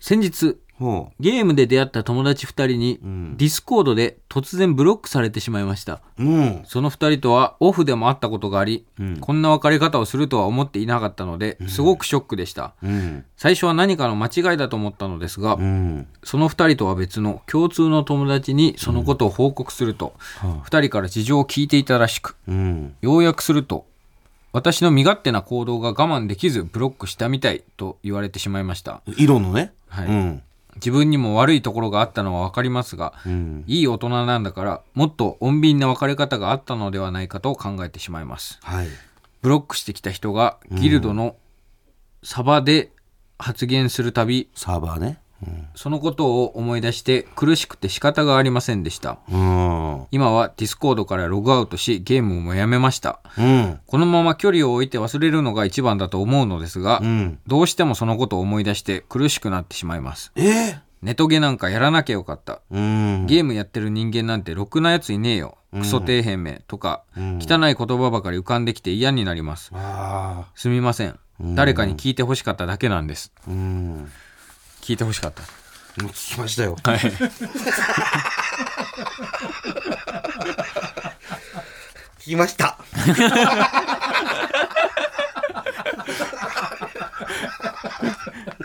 Speaker 2: 先日、
Speaker 3: ほ
Speaker 2: ゲームで出会った友達2人に、
Speaker 3: ん
Speaker 2: ディスコードで突然ブロックされてしまいました。
Speaker 3: ううん
Speaker 2: その2人とはオフでも会ったことがあり、
Speaker 3: うん
Speaker 2: こんな別れ方をするとは思っていなかったので、すごくショックでした。
Speaker 3: うん
Speaker 2: 最初は何かの間違いだと思ったのですが、
Speaker 3: うん
Speaker 2: その2人とは別の共通の友達にそのことを報告すると、
Speaker 3: は
Speaker 2: 2人から事情を聞いていたらしく、
Speaker 3: うん
Speaker 2: 要約すると私の身勝手な行動が我慢できずブロックしたみたいと言われてしまいました
Speaker 3: 色のね
Speaker 2: はい
Speaker 3: うん
Speaker 2: 自分にも悪いところがあったのは分かりますが
Speaker 3: うん
Speaker 2: いい大人なんだからもっと穏便な別れ方があったのではないかと考えてしまいます
Speaker 3: はい
Speaker 2: ブロックしてきた人がギルドのサバで発言するたび
Speaker 3: サーバーねうん
Speaker 2: そのことを思い出して苦しくて仕方がありませんでした
Speaker 3: うん
Speaker 2: 今はディスコードからログアウトしゲームもやめました
Speaker 3: うん
Speaker 2: このまま距離を置いて忘れるのが一番だと思うのですが、
Speaker 3: うん
Speaker 2: どうしてもそのことを思い出して苦しくなってしまいます。
Speaker 3: えー、
Speaker 2: ネトゲなんかやらなきゃよかった。
Speaker 3: うん
Speaker 2: ゲームやってる人間なんてろくなやついねえよ。クソ底辺名とか、
Speaker 3: うん
Speaker 2: 汚い言葉ばかり浮かんできて嫌になります。
Speaker 3: あ
Speaker 2: すみません。誰かに聞いてほしかっただけなんです。
Speaker 3: あうん
Speaker 2: 聞いてほしかった。
Speaker 3: もう聞きましたよ。
Speaker 2: はい。
Speaker 3: 聞きました。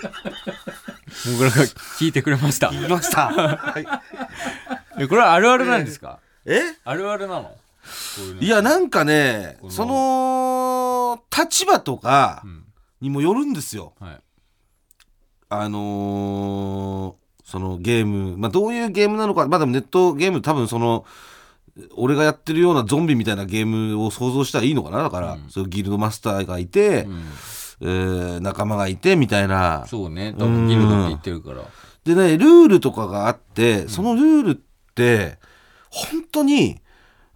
Speaker 2: もぐらが聞いてくれました。
Speaker 3: 聞きました。はい、
Speaker 2: えこれはあるあるなんですか
Speaker 3: え
Speaker 2: あるあるなのこういうの
Speaker 3: いや、なんかね、
Speaker 2: の
Speaker 3: その、立場とか
Speaker 2: うん。
Speaker 3: にもよるんですよ。
Speaker 2: はい。
Speaker 3: あのーそのゲーム、まあどういうゲームなのか、まあでもネットゲーム多分その、俺がやってるようなゾンビみたいなゲームを想像したらいいのかなだから、
Speaker 2: うん
Speaker 3: そういうギルドマスターがいて、
Speaker 2: うん、
Speaker 3: えー仲間がいてみたいな。
Speaker 2: そうね。多分ギルドって言ってるから。
Speaker 3: でね、ルールとかがあって、そのルールって、本当に、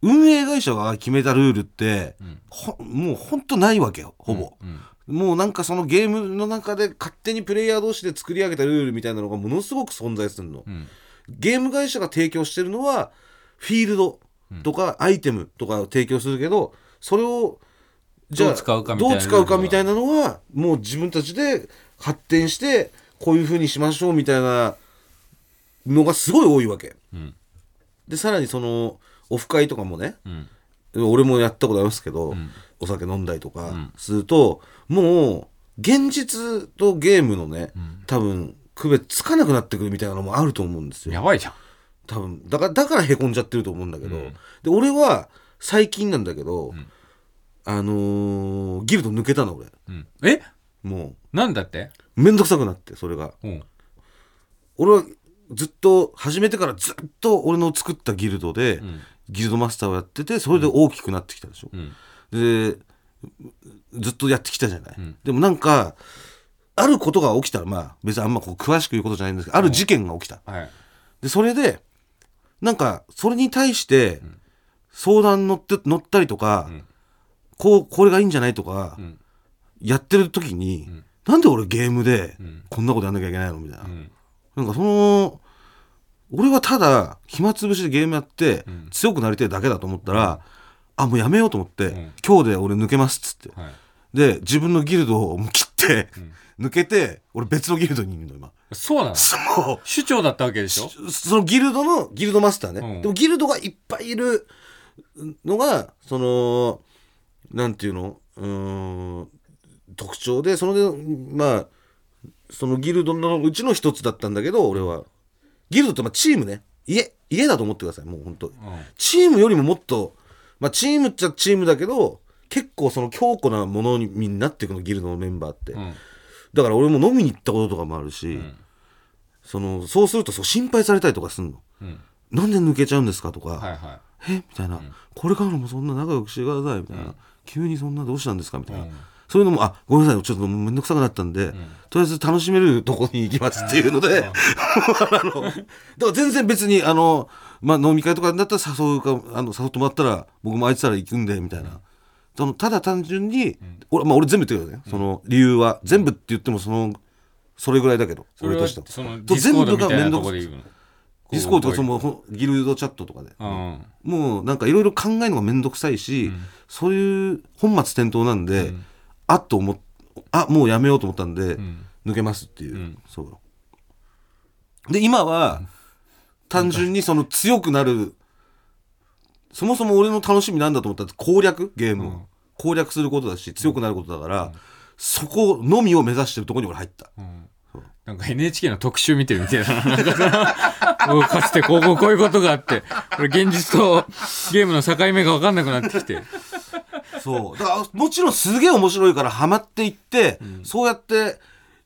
Speaker 3: 運営会社が決めたルールって、
Speaker 2: うん
Speaker 3: ほもう本当ないわけよ、ほぼ。
Speaker 2: うん。
Speaker 3: もうなんかそのゲームの中で勝手にプレイヤー同士で作り上げたルールみたいなのがものすごく存在するの。
Speaker 2: うん。
Speaker 3: ゲーム会社が提供してるのはフィールドとかアイテムとかを提供するけど、それを
Speaker 2: どう使うかみたい
Speaker 3: ど
Speaker 2: な
Speaker 3: う使うかみたいなのはもう自分たちで発展してこういうふうにしましょうみたいなのがすごい多いわけ
Speaker 2: うん。
Speaker 3: でさらにそのオフ会とかもね
Speaker 2: うん。
Speaker 3: 俺もやったことありますけど、
Speaker 2: ん
Speaker 3: お酒飲んだりとか
Speaker 2: ん
Speaker 3: すると、もう現実とゲームのね、多分区別つかなくなってくるみたいなのもあると思うんです
Speaker 2: や
Speaker 3: よ
Speaker 2: ばいじゃん。
Speaker 3: 多分だからだからへこんじゃってると思うんだけど、
Speaker 2: うん
Speaker 3: で俺は最近なんだけど、
Speaker 2: ん
Speaker 3: あのーギルド抜けたの俺
Speaker 2: うん、え
Speaker 3: も
Speaker 2: なんだって
Speaker 3: うめんどくさくなってそれが
Speaker 2: うん。
Speaker 3: 俺はずっと始めてからずっと俺の作ったギルドで、
Speaker 2: うん。
Speaker 3: ギルドマスターをやっててそれで大きくなってきたでしょ、
Speaker 2: うん。
Speaker 3: でずっとやってきたじゃない、
Speaker 2: うん
Speaker 3: でもなんかあることが起きたまあ別にあんまこう詳しく言うことじゃないんですけどある事件が起きた
Speaker 2: はい。
Speaker 3: でそれでなんかそれに対して相談乗って乗ったりとか、
Speaker 2: うん
Speaker 3: こうこれがいいんじゃないとか
Speaker 2: うん。
Speaker 3: やってる時に、
Speaker 2: ん
Speaker 3: なんで俺ゲームで
Speaker 2: うん
Speaker 3: こんなことやんなきゃいけないのみたいな、
Speaker 2: うん。
Speaker 3: なんかその俺はただ暇つぶしでゲームやって
Speaker 2: うん
Speaker 3: 強くなりたいだけだと思ったら、あもうやめようと思って、
Speaker 2: ん
Speaker 3: 今日で俺抜けますっつって、
Speaker 2: はい。
Speaker 3: で自分のギルドをもう切って、抜けて俺別のギルドにいるの今
Speaker 2: そうなの
Speaker 3: そう
Speaker 2: 主張だったわけでしょ
Speaker 3: そのギルドのギルドマスターね、
Speaker 2: うん
Speaker 3: でもギルドがいっぱいいるのがそのなんていうのうーん特徴でそのまあそのギルドのうちの一つだったんだけど俺はギルドってまあチームね家家だと思ってくださいもう本当
Speaker 2: うん。
Speaker 3: チームよりももっと、まあ、チームっちゃチームだけど結構その強固なものにになっていくのギルドのメンバーって、
Speaker 2: うん。
Speaker 3: だから俺も飲みに行ったこととかもあるし、
Speaker 2: ん
Speaker 3: そのそうするとそう心配されたりとかするの
Speaker 2: うん。
Speaker 3: なんで抜けちゃうんですかとか、
Speaker 2: はいは
Speaker 3: えみたいな、これからもそんな仲良くしてくださいみたいな、急にそんなどうしたんですかみたいな、
Speaker 2: うん
Speaker 3: そういうのもあごめんなさいちょっともうめんどくさくなったんで、とりあえず楽しめるとこに行きますっていうので、 あのだから全然別にあの、まあ、飲み会とかだったら誘うかあの誘ってもらったら僕もあいつら行くんでみたいな。そのただ単純に、俺まあ、俺全部言ってるよね、その理由は全部って言ってもそのそれぐらいだけど
Speaker 2: い。それ
Speaker 3: 俺
Speaker 2: は
Speaker 3: としては
Speaker 2: そのデ
Speaker 3: と
Speaker 2: ィスコードみたいな
Speaker 3: 全
Speaker 2: と
Speaker 3: 部が
Speaker 2: こ
Speaker 3: め
Speaker 2: で
Speaker 3: んど
Speaker 2: 言
Speaker 3: く
Speaker 2: うの。
Speaker 3: ディスコードとかそのほギルドチャットとかで、
Speaker 2: うん。
Speaker 3: もうなんかいろいろ考えるのが面倒くさいし、そういう本末転倒なんで、あっと思っあもうやめようと思ったんで、
Speaker 2: ん
Speaker 3: 抜けますっていう、
Speaker 2: ん
Speaker 3: そうで今は単純にその強くなるそもそも俺の楽しみなんだと思ったら攻略ゲームを、攻略することだし強くなることだから、そこのみを目指してるところに俺入った
Speaker 2: うん
Speaker 3: そう
Speaker 2: なんか NHK の特集見てるみたいだな。なんかその かつてこうこうこういうことがあって、これ現実とゲームの境目が分かんなくなってきて。
Speaker 3: そう。だから、もちろんすげえ面白いからハマっていって、そうやって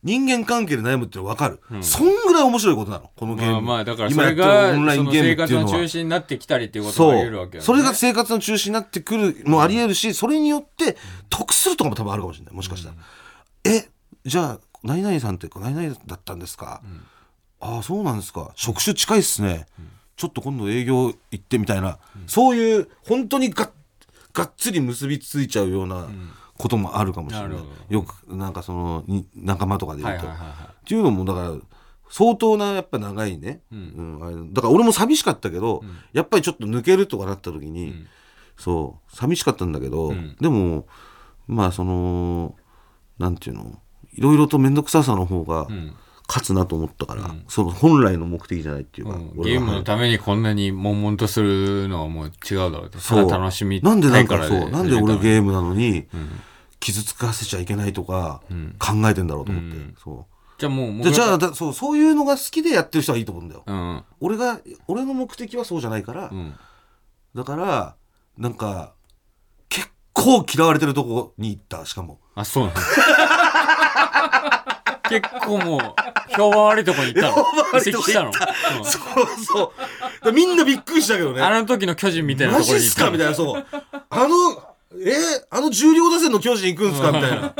Speaker 3: 人間関係で悩むっていうのはわかる、そんぐらい面白いことなの、このゲーム。
Speaker 2: まあまあ、だからそ
Speaker 3: 今やっ
Speaker 2: れ
Speaker 3: てる
Speaker 2: が、
Speaker 3: オ
Speaker 2: そ
Speaker 3: ンライン
Speaker 2: の
Speaker 3: ゲーム
Speaker 2: 生
Speaker 3: って
Speaker 2: 活
Speaker 3: いう
Speaker 2: の
Speaker 3: の
Speaker 2: 中
Speaker 3: は。
Speaker 2: 心になってきたりっていうことが言える
Speaker 3: そ
Speaker 2: わ
Speaker 3: う
Speaker 2: けだね
Speaker 3: それが生活の中心になってくるのもありえるし、それによって得するとかも多分あるかもしれないもしかしたら、えじゃあ何々さんって何々だったんですか、ああそうなんですか職種近いっすね、ちょっと今度営業行ってみたいな、そういう本当にがっがっつり結びついちゃうようなこともあるかもしれない、
Speaker 2: なるほ
Speaker 3: よくなんかそのに仲間とかで言
Speaker 2: はいうは
Speaker 3: と、
Speaker 2: いはいは
Speaker 3: っていうのもだから相当なやっぱ長いね、うんあれだから俺も寂しかったけど、やっぱりちょっと抜けるとかなった時に、そう寂しかったんだけど、
Speaker 2: ん
Speaker 3: でもまあそのなんていうのいろいろと面倒くささの方が
Speaker 2: い。うん
Speaker 3: 勝つなと思ったから、その本来の目的じゃないっていうか、
Speaker 2: うん
Speaker 3: 俺
Speaker 2: ゲー
Speaker 3: は
Speaker 2: ムのためにこんなに悶々とするのはもう違うだろうって。
Speaker 3: そう
Speaker 2: ただ楽しみ
Speaker 3: なんで
Speaker 2: な
Speaker 3: なん
Speaker 2: いか
Speaker 3: からそうなんで俺
Speaker 2: ー
Speaker 3: ゲームなのに、傷つかせちゃいけないとか考えてんだろうと思って、
Speaker 2: うん
Speaker 3: そ
Speaker 2: じゃあもう、
Speaker 3: う
Speaker 2: も
Speaker 3: で
Speaker 2: う
Speaker 3: じゃあだそうそういうのが好きでやってる人はいいと思うんだよ
Speaker 2: うん。
Speaker 3: 俺が俺の目的はそうじゃないから、
Speaker 2: うん。
Speaker 3: だからなんか結構嫌われてるとこに行ったしかも
Speaker 2: あ、そうなの結構もう、評判悪いとこに行ったの。移
Speaker 3: 悪い
Speaker 2: 籍
Speaker 3: とこ
Speaker 2: したの。うん
Speaker 3: そうそうだからみんなびっくりしたけどね
Speaker 2: あの時の巨人みたいな
Speaker 3: マ
Speaker 2: とこ
Speaker 3: ジ
Speaker 2: ろ
Speaker 3: っ
Speaker 2: に行っ
Speaker 3: す
Speaker 2: た
Speaker 3: か
Speaker 2: の
Speaker 3: みたいなそうあのえあの重量打線の巨人行くんすかみたい な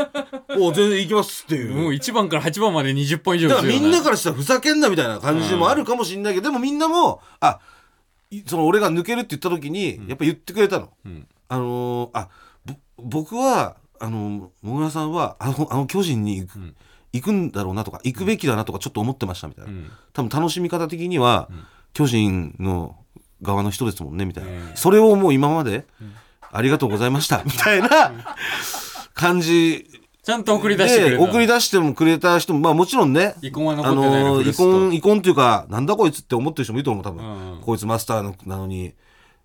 Speaker 3: お全然行きますっていう
Speaker 2: もう1番から8番まで20本以上
Speaker 3: だから
Speaker 2: 打つ
Speaker 3: み
Speaker 2: ようん
Speaker 3: なからしたらふざけんなみたいな感じもあるかもしれないけど、でもみんなもあいその俺が抜けるって言った時にやっぱ言ってくれたの、
Speaker 2: うん
Speaker 3: あのーあぼ僕はあのーもぐらさんはあのあの巨人に行く,、
Speaker 2: ん
Speaker 3: 行くんだろうなとか行くべきだなとかちょっと思ってましたみたいな、
Speaker 2: うん
Speaker 3: 多分楽しみ方的には、
Speaker 2: ん
Speaker 3: 巨人の側の人ですもんねみたいな、
Speaker 2: うん
Speaker 3: それをもう今まで、ありがとうござい ましたみたいな感じ
Speaker 2: ちゃんと送り出してくれ
Speaker 3: で
Speaker 2: たの。
Speaker 3: 送り出してもくれた人もまあもちろんね
Speaker 2: 遺恨は残
Speaker 3: あ
Speaker 2: ってないの
Speaker 3: の
Speaker 2: フ
Speaker 3: ー
Speaker 2: ル
Speaker 3: 遺
Speaker 2: スと
Speaker 3: 恨、遺恨っていうか、なんだこいつって思ってる人もいると思う、
Speaker 2: う
Speaker 3: 多
Speaker 2: んうん
Speaker 3: 分。こいつマスターのなのに、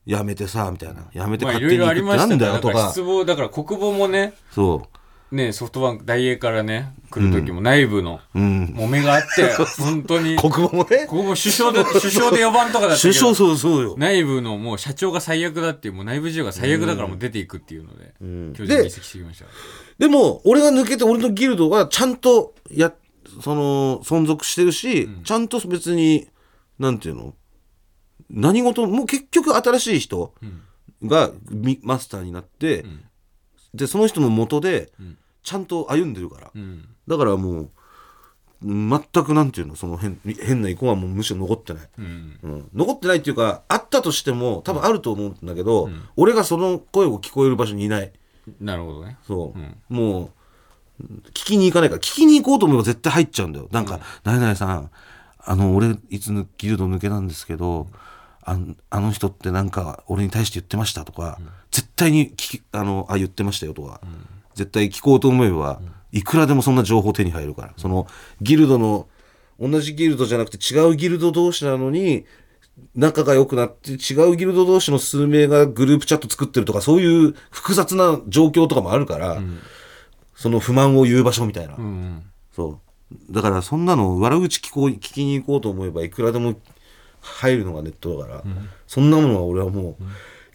Speaker 3: やめてさ、みたいな。やめて
Speaker 2: まあい
Speaker 3: 勝
Speaker 2: ろ
Speaker 3: 手
Speaker 2: い
Speaker 3: に
Speaker 2: ろ
Speaker 3: 行
Speaker 2: あ
Speaker 3: く
Speaker 2: り
Speaker 3: って
Speaker 2: まし
Speaker 3: な
Speaker 2: た
Speaker 3: ん
Speaker 2: け
Speaker 3: だ
Speaker 2: ど、だ
Speaker 3: よと
Speaker 2: から
Speaker 3: か。
Speaker 2: 失望、だから国防もね、
Speaker 3: そう。
Speaker 2: ね、ソフトバンク、大英からね、来る時も内部の、
Speaker 3: うん。
Speaker 2: 揉めがあ って、本当に、こ
Speaker 3: 国母もね、
Speaker 2: こ首相で、首相で4番とかだったけ
Speaker 3: 首
Speaker 2: ど
Speaker 3: 相、、そうそうよ。
Speaker 2: 内部のもう社長が最悪だっていう、もう内部事情が最悪だからもう出ていくっていうので、巨人に移籍してきました。
Speaker 3: でも、俺が抜けて、俺のギルドがちゃんと、や、その、存続してるし、ちゃんと別に、なんていうの何事も、もう結局新しい人がみマスターになって、
Speaker 2: ん
Speaker 3: で、その人の元で
Speaker 2: ん、
Speaker 3: ちゃんと歩んでるから。
Speaker 2: うん。
Speaker 3: だからもう、全くなんていうのその変、変な意向はもうむしろ残ってない。
Speaker 2: うん。
Speaker 3: うん、残ってないっていうか、あったとしても、多分あると思うんだけど、俺がその声を聞こえる場所にいない。
Speaker 2: なるほどね。
Speaker 3: そう。
Speaker 2: うん
Speaker 3: もう、聞きに行かないから、聞きに行こうと思えば絶対入っちゃうんだよ。なんか、なになにさん、あの、俺、いつ抜ギルド抜けなんですけど、あのあの人ってなんか、俺に対して言ってましたとか、絶対に聞き、あの、あ、言ってましたよとか、絶対聞こうと思えば、いくらでもそんな情報手に入るから、その、ギルドの、同じギルドじゃなくて違うギルド同士なのに、仲が良くなって違うギルド同士の数名がグループチャット作ってるとかそういう複雑な状況とかもあるから、その不満を言う場所みたいな、
Speaker 2: うん。
Speaker 3: そうだからそんなの悪口聞こう聞きに行こうと思えばいくらでも入るのがネットだから、そんなものは俺はもう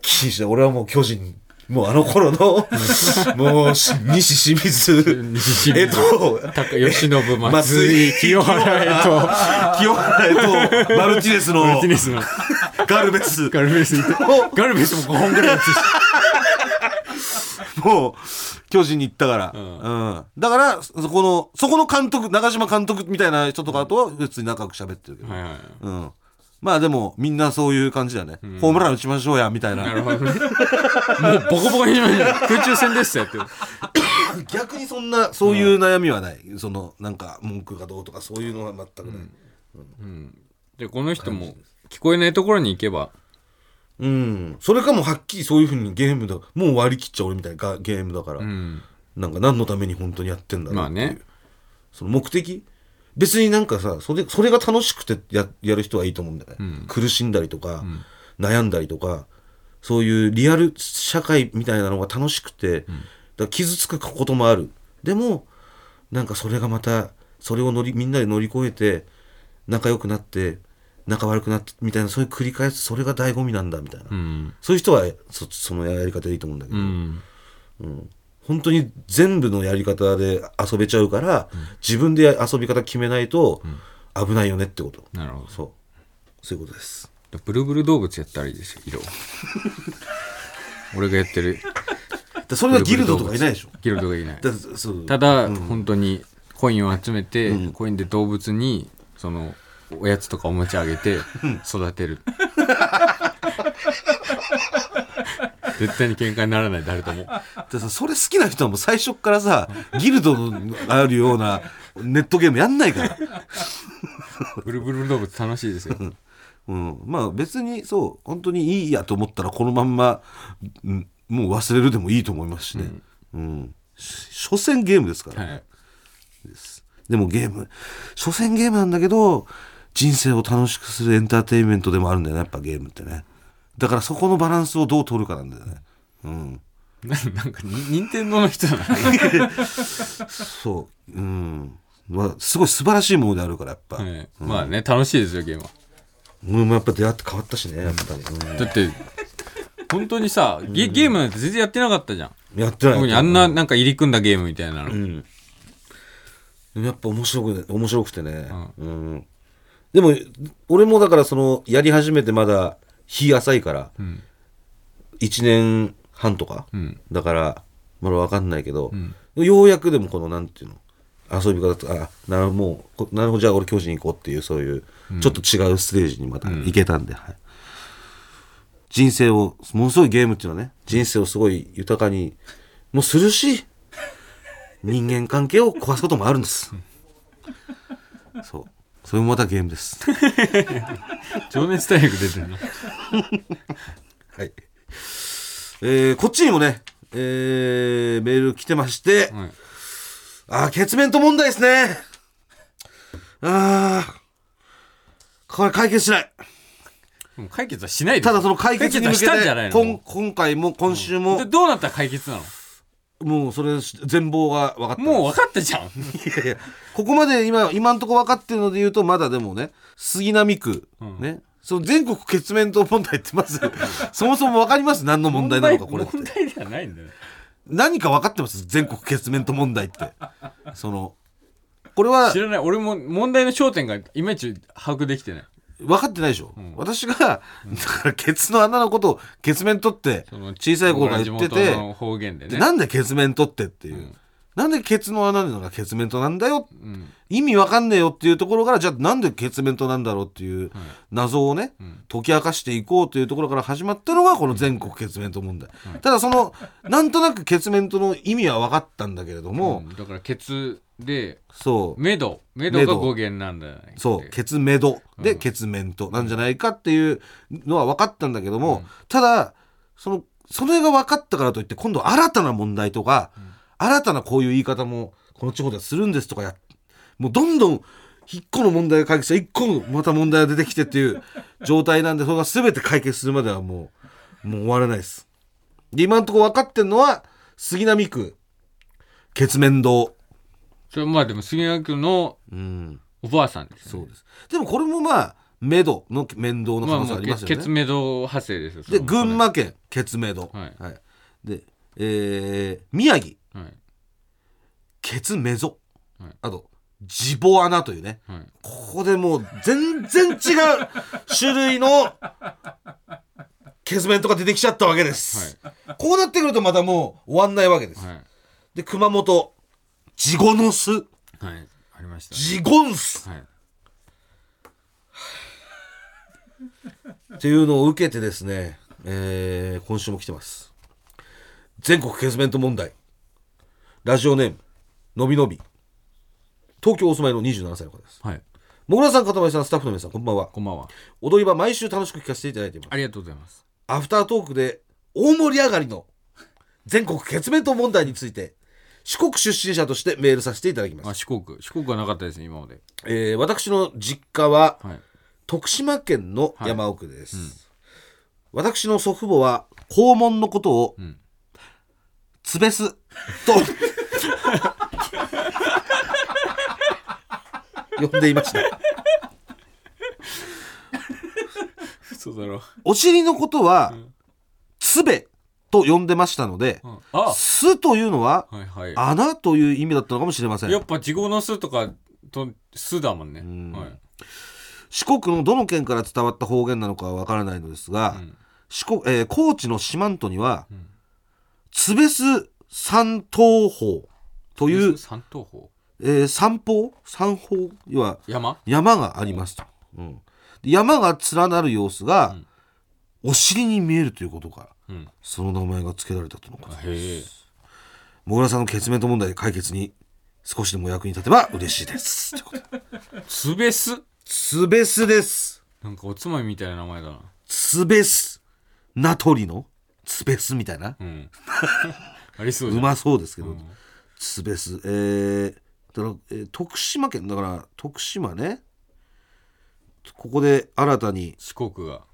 Speaker 3: 気にしない俺はもう巨人もうあの頃の もうし西清水
Speaker 2: 西清水
Speaker 3: えっと
Speaker 2: た吉信、松
Speaker 3: 松
Speaker 2: 井
Speaker 3: 井、
Speaker 2: 清原へと、
Speaker 3: 清原とマルティネスの
Speaker 2: マルティネスの
Speaker 3: ガルベス
Speaker 2: ガルベスにいた
Speaker 3: も
Speaker 2: ガルベスも5本ぐらい移して
Speaker 3: もう、巨人に行ったから。うんん。だから、そこの、そこの監督、長島監督みたいな人とかとは普通に仲良く喋ってるけど。
Speaker 2: はいはい。
Speaker 3: うん。まあでも、みんなそういう感じだね。ホームラン打ちましょうや、みたいな。
Speaker 2: なるほどね。もうボコボコにしました。空中戦でしたよって。
Speaker 3: 逆にそんな、そういう悩みはない。その、なんか、文句がどうとか、そういうのは全くない。
Speaker 2: で、この人も聞こえないところに行けば、
Speaker 3: うん。それかもはっきりそういうふうにゲームだ、もう割り切っちゃう俺みたいながゲームだから。
Speaker 2: うん。
Speaker 3: なんか何のために本当にやってんだろ
Speaker 2: ま
Speaker 3: うっていう。
Speaker 2: あね。
Speaker 3: その目的別になんかさそれそれが楽しくてややる人はいいと思うんだよね、苦しんだりとか、悩んだりとかそういうリアル社会みたいなのが楽しくて、だから傷つくこともあるでもなんかそれがまたそれを乗りみんなで乗り越えて仲良くなって仲悪くなってみたいなそういう繰り返すそれが醍醐味なんだみたいな、
Speaker 2: うん。
Speaker 3: そういう人はそそのやり方でいいと思うんだけど、
Speaker 2: うん。
Speaker 3: 本当に全部のやり方で遊べちゃうから、自分で遊び方決めないと危ないよねってこと、
Speaker 2: なるほ
Speaker 3: そうそういうことです
Speaker 2: ど。ブルブル動物やったらいいですよ、色。俺がやってる。
Speaker 3: だそれはギルドとかいないでしょ
Speaker 2: ギルドがいない。
Speaker 3: だそう
Speaker 2: ただ、本当にコインを集めて、コインで動物にそのおやつとかおもちゃあげて育てる、絶対に喧嘩にならない誰とも
Speaker 3: ださそれ好きな人はもう最初っからさギルドのあるようなネットゲームやんないから、
Speaker 2: ブルブル動物楽しいですよ
Speaker 3: うん、まあ別にそう本当にいいやと思ったらこのまんま、うんもう忘れるでもいいと思いますしね、うんし所詮ゲームですから、
Speaker 2: はい
Speaker 3: でもゲーム、所詮ゲームなんだけど、人生を楽しくするエンターテインメントでもあるんだよね、やっぱゲームってね。だからそこのバランスをどう取るかなんだよね。うん。
Speaker 2: ななんかに任天堂の人だ な
Speaker 3: そう。うん。まあ、すごい素晴らしいものであるから、やっぱ。
Speaker 2: はい、まあね楽しいですよゲームは
Speaker 3: うん、まあやっぱ出会って変わったしね、やっぱり。
Speaker 2: だって本当にさゲゲームなんて全然やってなかったじゃん
Speaker 3: うん、やってない。
Speaker 2: 特にあんななんか入り組んだゲームみたいなの、
Speaker 3: うん。でもやっぱ面白くね、面白くてね。
Speaker 2: う
Speaker 3: うん、でも、俺もだからその、やり始めてまだ日浅いから、
Speaker 2: ん
Speaker 3: 1年半とか、
Speaker 2: ん
Speaker 3: だからまだ分かんないけど、ようやくでもこのなんていうの遊び方とかあなるもうこなるほどじゃあ俺教師に行こうっていうそういう、ちょっと違うステージにまた行けたんで、はい、人生をものすごいゲームっていうのはね人生をすごい豊かにもするし人間関係を壊すこともあるんですそうそれもまたゲームです
Speaker 2: 情熱大陸出てるな
Speaker 3: はい。えーこっちにもね、えーメール来てまして、
Speaker 2: はい
Speaker 3: あー、血面と問題ですね。あー、これ解決しない。
Speaker 2: もう解決はしないで
Speaker 3: ただその解決に向け
Speaker 2: 解決はしたんじゃない
Speaker 3: て、
Speaker 2: の
Speaker 3: こん今回も今週も、
Speaker 2: でどうなったら解決なの
Speaker 3: もうそれ全貌が分かった
Speaker 2: もう分かったじゃん。
Speaker 3: いやいや ここまで今今んとこ分かってるので言うとまだでもね杉並区、
Speaker 2: うん
Speaker 3: ねその全国血面と問題ってまずそもそも分かります何の問題なのかこれって
Speaker 2: 問題ではないんだよ。
Speaker 3: 何か分かってます全国血面と問題ってそのこれは
Speaker 2: 知らない。俺も問題の焦点がいまいち把握できてない。
Speaker 3: 分かってないでしょ、
Speaker 2: ん
Speaker 3: 私がだからケツの穴のことを血面取って
Speaker 2: その
Speaker 3: 小さい頃から言って
Speaker 2: 地
Speaker 3: て
Speaker 2: 元の方言で
Speaker 3: で
Speaker 2: ね。
Speaker 3: なんで血面取ってっていう、
Speaker 2: うん
Speaker 3: なんでケツの穴なのが血面となんだよ
Speaker 2: うん
Speaker 3: 意味わかんねえよっていうところからじゃあなんで血面となんだろうっていう謎をね、
Speaker 2: ん
Speaker 3: 解き明かしていこうというところから始まったのがこの全国血面と問題、ただそのなんとなく血面との意味は分かったんだけれども、
Speaker 2: うんだから、ケツで、
Speaker 3: そう
Speaker 2: メド。メド
Speaker 3: メ
Speaker 2: が
Speaker 3: ド
Speaker 2: 語源なんだよね。
Speaker 3: そう、ケツメドでケツメントなんじゃないかっていうのは分かったんだけども、ただそのそれが分かったからといって今度新たな問題とか、新たなこういう言い方もこの地方ではするんですとかやもうどんどん一個の問題が解決して一個のまた問題が出てきてって いう状態なんでそれが全て解決するまではもうもう終われないです。で今のところ分かってるのは杉並区ケツメン堂。
Speaker 2: それまあでも、杉山君の
Speaker 3: うん
Speaker 2: おばあさんですよ
Speaker 3: そう
Speaker 2: ね。
Speaker 3: です。でもこれもまあ、メドの面倒の可
Speaker 2: まあ
Speaker 3: 能性
Speaker 2: も
Speaker 3: あ
Speaker 2: う
Speaker 3: り
Speaker 2: ケ
Speaker 3: ますよね。
Speaker 2: ツメド派生ですよ。
Speaker 3: で、
Speaker 2: その
Speaker 3: 群。馬県、ケツメド。
Speaker 2: はい
Speaker 3: で、えー宮城、
Speaker 2: はい。
Speaker 3: ケツメゾ。
Speaker 2: はい
Speaker 3: あと、ジボ穴というね。
Speaker 2: はい。
Speaker 3: ここでもう全然違う種類のケツメンとか出てきちゃったわけです。こうなってくるとまたもう終わんないわけです。
Speaker 2: はい。
Speaker 3: で、熊本、ジゴノス、
Speaker 2: はい。ありまし
Speaker 3: ジゴンス。
Speaker 2: た。はい。
Speaker 3: っていうのを受けてですね、えー今週も来てます全国ケズメント問題ラジオネームのびのび東京お住まいの27歳の方です
Speaker 2: はい。
Speaker 3: もぐらさんかたまりさんスタッフの皆さんこんばんは
Speaker 2: こんばんは。
Speaker 3: 踊り場毎週楽しく聞かせていただいています
Speaker 2: ありがとうございます。
Speaker 3: アフタートークで大盛り上がりの全国ケズメント問題について四国出身者としてメールさせていただきま
Speaker 2: あ、
Speaker 3: す、
Speaker 2: 四国。四国はなかったですね、今まで。
Speaker 3: えー私の実家は
Speaker 2: はい。
Speaker 3: 徳島県の山奥です、私の祖父母は肛門のことを
Speaker 2: ん
Speaker 3: 「つ べす」と呼んでいました
Speaker 2: 嘘だろ。
Speaker 3: お尻のことは「つべ」と呼んでましたので
Speaker 2: うん
Speaker 3: 「
Speaker 2: あ
Speaker 3: す」というのは
Speaker 2: はいはい。
Speaker 3: 穴という意味だったのかもしれません
Speaker 2: やっぱ地獄の巣とかと巣だもんね。はい。
Speaker 3: 四国のどの県から伝わった方言なのかは分からないのですが、
Speaker 2: うん
Speaker 3: 四国えー高知の四万十には
Speaker 2: ん
Speaker 3: 「つべす三東峰」という、
Speaker 2: 三等法
Speaker 3: えー三峰三峰要は
Speaker 2: 山
Speaker 3: 山がありますと、うんで山が連なる様子が、お尻に見えるということから
Speaker 2: うん。
Speaker 3: その名前が付けられたとのこと
Speaker 2: へえ。
Speaker 3: もぐらさんの決面と問題解決に少しでもお役に立てば嬉しい ですということ
Speaker 2: つべす
Speaker 3: つべすです
Speaker 2: なんかおつまみみたいな名前だな。
Speaker 3: つべす名取のつべすみたいな
Speaker 2: うん。ありそうじ
Speaker 3: う
Speaker 2: ゃん。
Speaker 3: まそうですけど、つべすえー、だから、えー徳島県だから徳島ねここで新たに
Speaker 2: 四国が。だか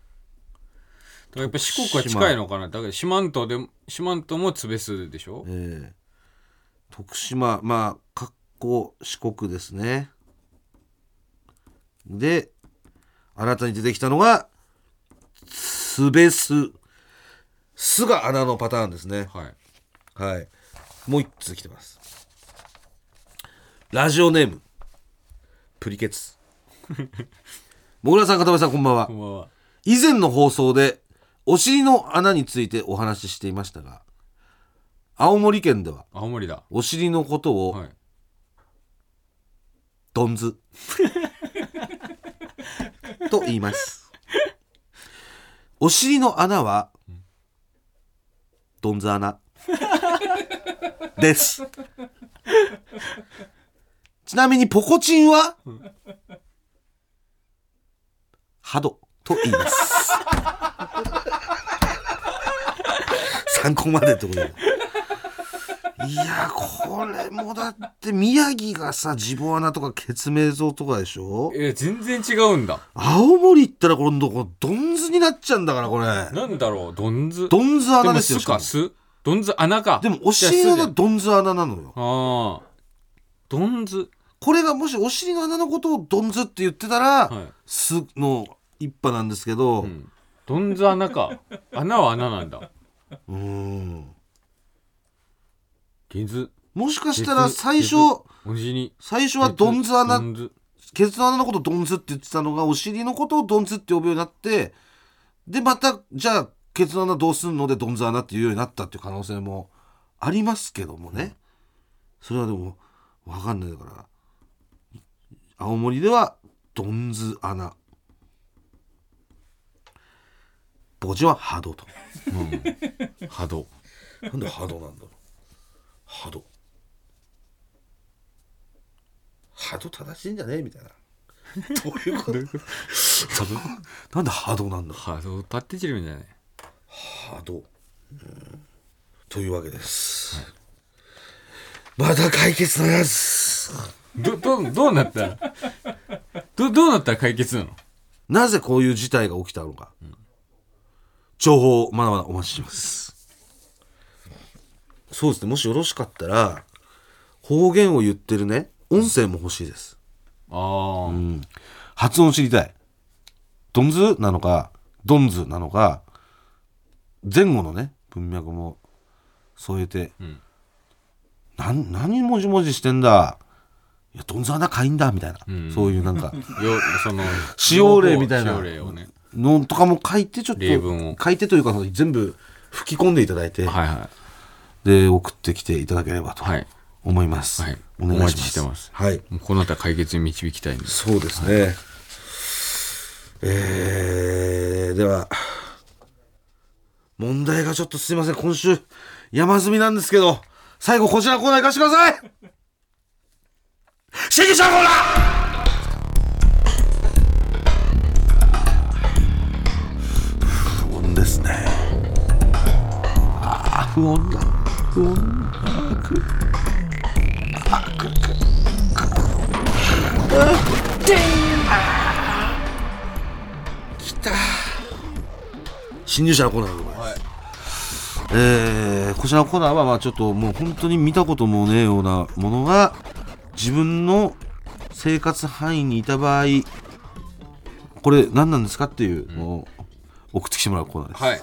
Speaker 2: らやっぱ四国は近いのかな。だから四万十で、四万十もつべすでしょ
Speaker 3: えー徳島まあかっこ四国ですねで新たに出てきたのがすべすすが穴のパターンですね
Speaker 2: はい。
Speaker 3: はいもう一つ来てますラジオネームプリ ケツもぐらさん片目さんこんばんは
Speaker 2: こんばんは。
Speaker 3: 以前の放送でお尻の穴についてお話ししていましたが青森県では
Speaker 2: 青森だ。
Speaker 3: お尻のことを
Speaker 2: はい。
Speaker 3: ドンズと言いますお尻の穴はドンズ穴ですちなみにポコチンはハドと言います参考までってことだいやこれもだって宮城がさ地ボ穴とかケツメイゾウとかでしょ
Speaker 2: え、全然違うんだ。
Speaker 3: 青森行ったら今度このドンズになっちゃうんだからこれ
Speaker 2: なんだろう、どんず。
Speaker 3: ドンズ
Speaker 2: で
Speaker 3: 穴
Speaker 2: も
Speaker 3: ですよ
Speaker 2: 巣か、巣。どんず穴か
Speaker 3: でもお尻の
Speaker 2: じゃあ
Speaker 3: 穴
Speaker 2: すぐ
Speaker 3: どんず穴なのよ
Speaker 2: ああどんず
Speaker 3: これがもしお尻の穴のことをどんずって言ってたら、
Speaker 2: はい
Speaker 3: すの一派なんですけど、
Speaker 2: うんどんず穴か穴は穴なんだ
Speaker 3: うーん
Speaker 2: ゲズ
Speaker 3: もしかしたら
Speaker 2: ゲズ
Speaker 3: 最
Speaker 2: ゲ
Speaker 3: 初
Speaker 2: ズお尻
Speaker 3: 最初はどんず
Speaker 2: ど
Speaker 3: 穴
Speaker 2: んず
Speaker 3: ケツの穴のことをどんずって言ってたのがお尻のことをどんずって呼ぶようになってでまたじゃあケツの穴どうすんのでどんず穴って言うようになったっていう可能性もありますけどもね、それはでも分かんないだから青森ではどんず穴墓地は波動と
Speaker 2: 波動
Speaker 3: なんで波動なんだろう波動波動正しいんじゃねえみたいなどういうこと
Speaker 2: 波動
Speaker 3: なんで波動なんだ
Speaker 2: 波動立って散るみたいなね
Speaker 3: 波動、うんというわけです、まだ解決のやつ
Speaker 2: どどどうなったらどどうなったら解決なの
Speaker 3: なぜこういう事態が起きたのか、情報をまだまだお待ちしてますそうですねもしよろしかったら方言を言ってるね音声も欲しいです、
Speaker 2: ああ、
Speaker 3: 発音知りたいドンズなのかドンズなのか前後のね文脈も添えて、
Speaker 2: ん
Speaker 3: なん何もじもじしてんだいやドンズ穴かいんだみたいな、
Speaker 2: ん
Speaker 3: そういうなんか
Speaker 2: よその
Speaker 3: 使用例みたいな
Speaker 2: 使用例をね
Speaker 3: のとかも書いてちょっと
Speaker 2: 例文を
Speaker 3: 書いてというかその全部吹き込んでいただいて、
Speaker 2: はいは
Speaker 3: で送ってきていただければと
Speaker 2: はい
Speaker 3: 思います、
Speaker 2: はい
Speaker 3: お願いします
Speaker 2: お待ちしてます
Speaker 3: はい
Speaker 2: いもうこうなったら解決に導きたいんです
Speaker 3: そうですね、えー、では問題がちょっとすいません今週山積みなんですけど最後こちらのコーナー行かせてください審議者のコーナー不穏ですねあー不穏だ不穏新入社のコーナーでございます、えーこちらのコーナーはまあちょっともう本当に見たこともねえようなものが自分の生活範囲にいた場合これ何なんですかっていうのを送ってきてもらうコーナーです、
Speaker 2: はい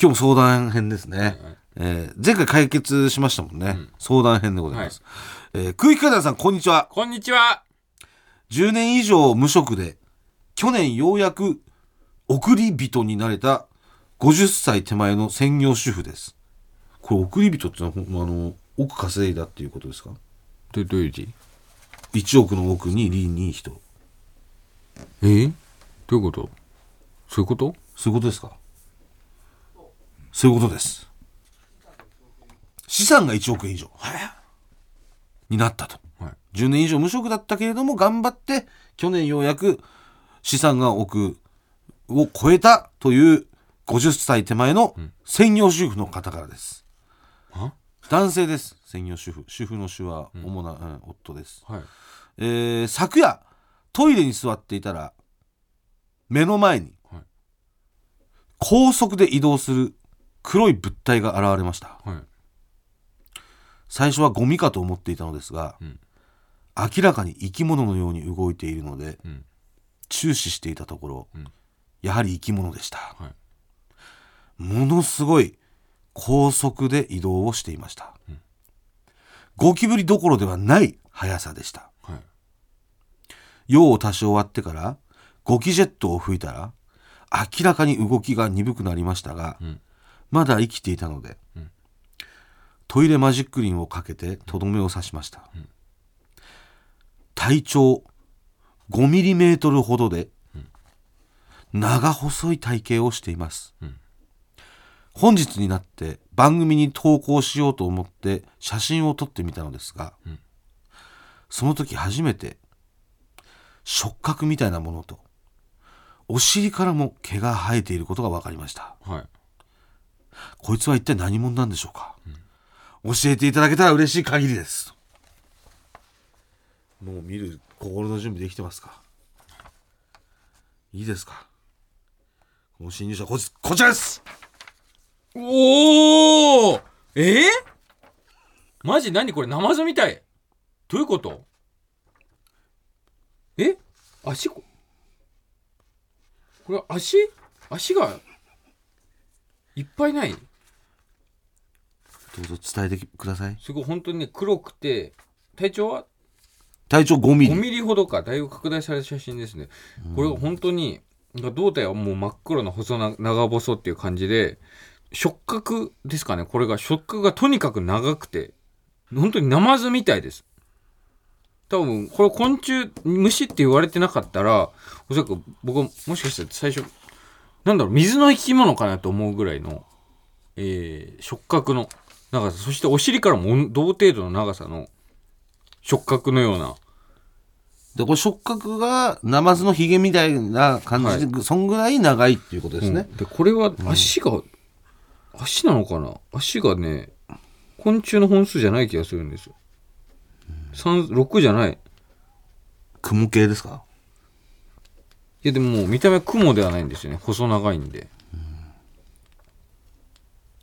Speaker 3: 今日も相談編ですね、えー前回解決しましたもんね、相談編でございます、えー空気階段さんこんにちは
Speaker 2: こんにちは
Speaker 3: 10年以上無職で、去年ようやく送り人になれた50歳手前の専業主婦です。これ送り人ってのはほんまあの、億稼いだっていうことですか
Speaker 2: どどういう字
Speaker 3: ?1 億の億に利に人。
Speaker 2: えーどういうことそういうこと
Speaker 3: そういうことですかそういうことです。資産が1億円以上。になったと。
Speaker 2: はい
Speaker 3: 10年以上無職だったけれども頑張って去年ようやく資産が億を超えたという50歳手前の専業主婦の方からです、
Speaker 2: あ
Speaker 3: 男性です専業主婦主婦の主は主な、うん夫です、
Speaker 2: はい
Speaker 3: えー昨夜トイレに座っていたら目の前に
Speaker 2: はい
Speaker 3: 高速で移動する黒い物体が現れました
Speaker 2: はい
Speaker 3: 最初はゴミかと思っていたのですが、
Speaker 2: うん
Speaker 3: 明らかに生き物のように動いているので
Speaker 2: うん
Speaker 3: 注視していたところ、
Speaker 2: うん
Speaker 3: やはり生き物でした、
Speaker 2: はい
Speaker 3: ものすごい高速で移動をしていました、ゴキブリどころではない速さでした
Speaker 2: はい
Speaker 3: 用を足し終わってからゴキジェットを吹いたら明らかに動きが鈍くなりましたが、
Speaker 2: ん
Speaker 3: まだ生きていたので、トイレマジックリンをかけてとどめを刺しました、体長5ミリメートルほどで、長細い体型をしています、
Speaker 2: ん
Speaker 3: 本日になって番組に投稿しようと思って写真を撮ってみたのですが、その時初めて触覚みたいなものとお尻からも毛が生えていることが分かりました
Speaker 2: はい
Speaker 3: こいつは一体何者なんでしょうか、教えていただけたら嬉しい限りですもう見る心の準備できてますかいいですかこの侵入者こいつこちらです
Speaker 2: おおえー、マジ何これナマズみたいどういうことえ足ここれ足足がいっぱいない
Speaker 3: どうぞ伝えてください。
Speaker 2: すごい本当にね黒くて体長は
Speaker 3: 体長5ミ
Speaker 2: 5
Speaker 3: リ。
Speaker 2: ミリほどかだいぶ拡大された写真ですね、これが本当になんか胴体はもう真っ黒な細な長細っていう感じで触覚ですかねこれが触覚がとにかく長くて本当にナマズみたいです多分これ昆虫虫って言われてなかったらおそらく僕はもしかしたら最初なんだろう水の生き物かなと思うぐらいの、えー触覚の長さそしてお尻からも同程度の長さの触覚のような
Speaker 3: で、これ触覚がナマズのヒゲみたいな感じで、そんぐらい長いっていうことですね。
Speaker 2: うんでこれは足が、足なのかな足がね昆虫の本数じゃない気がするんですよ、三6じゃない
Speaker 3: 雲系ですか
Speaker 2: いやでももう見た目は雲ではないんですよね細長いんで、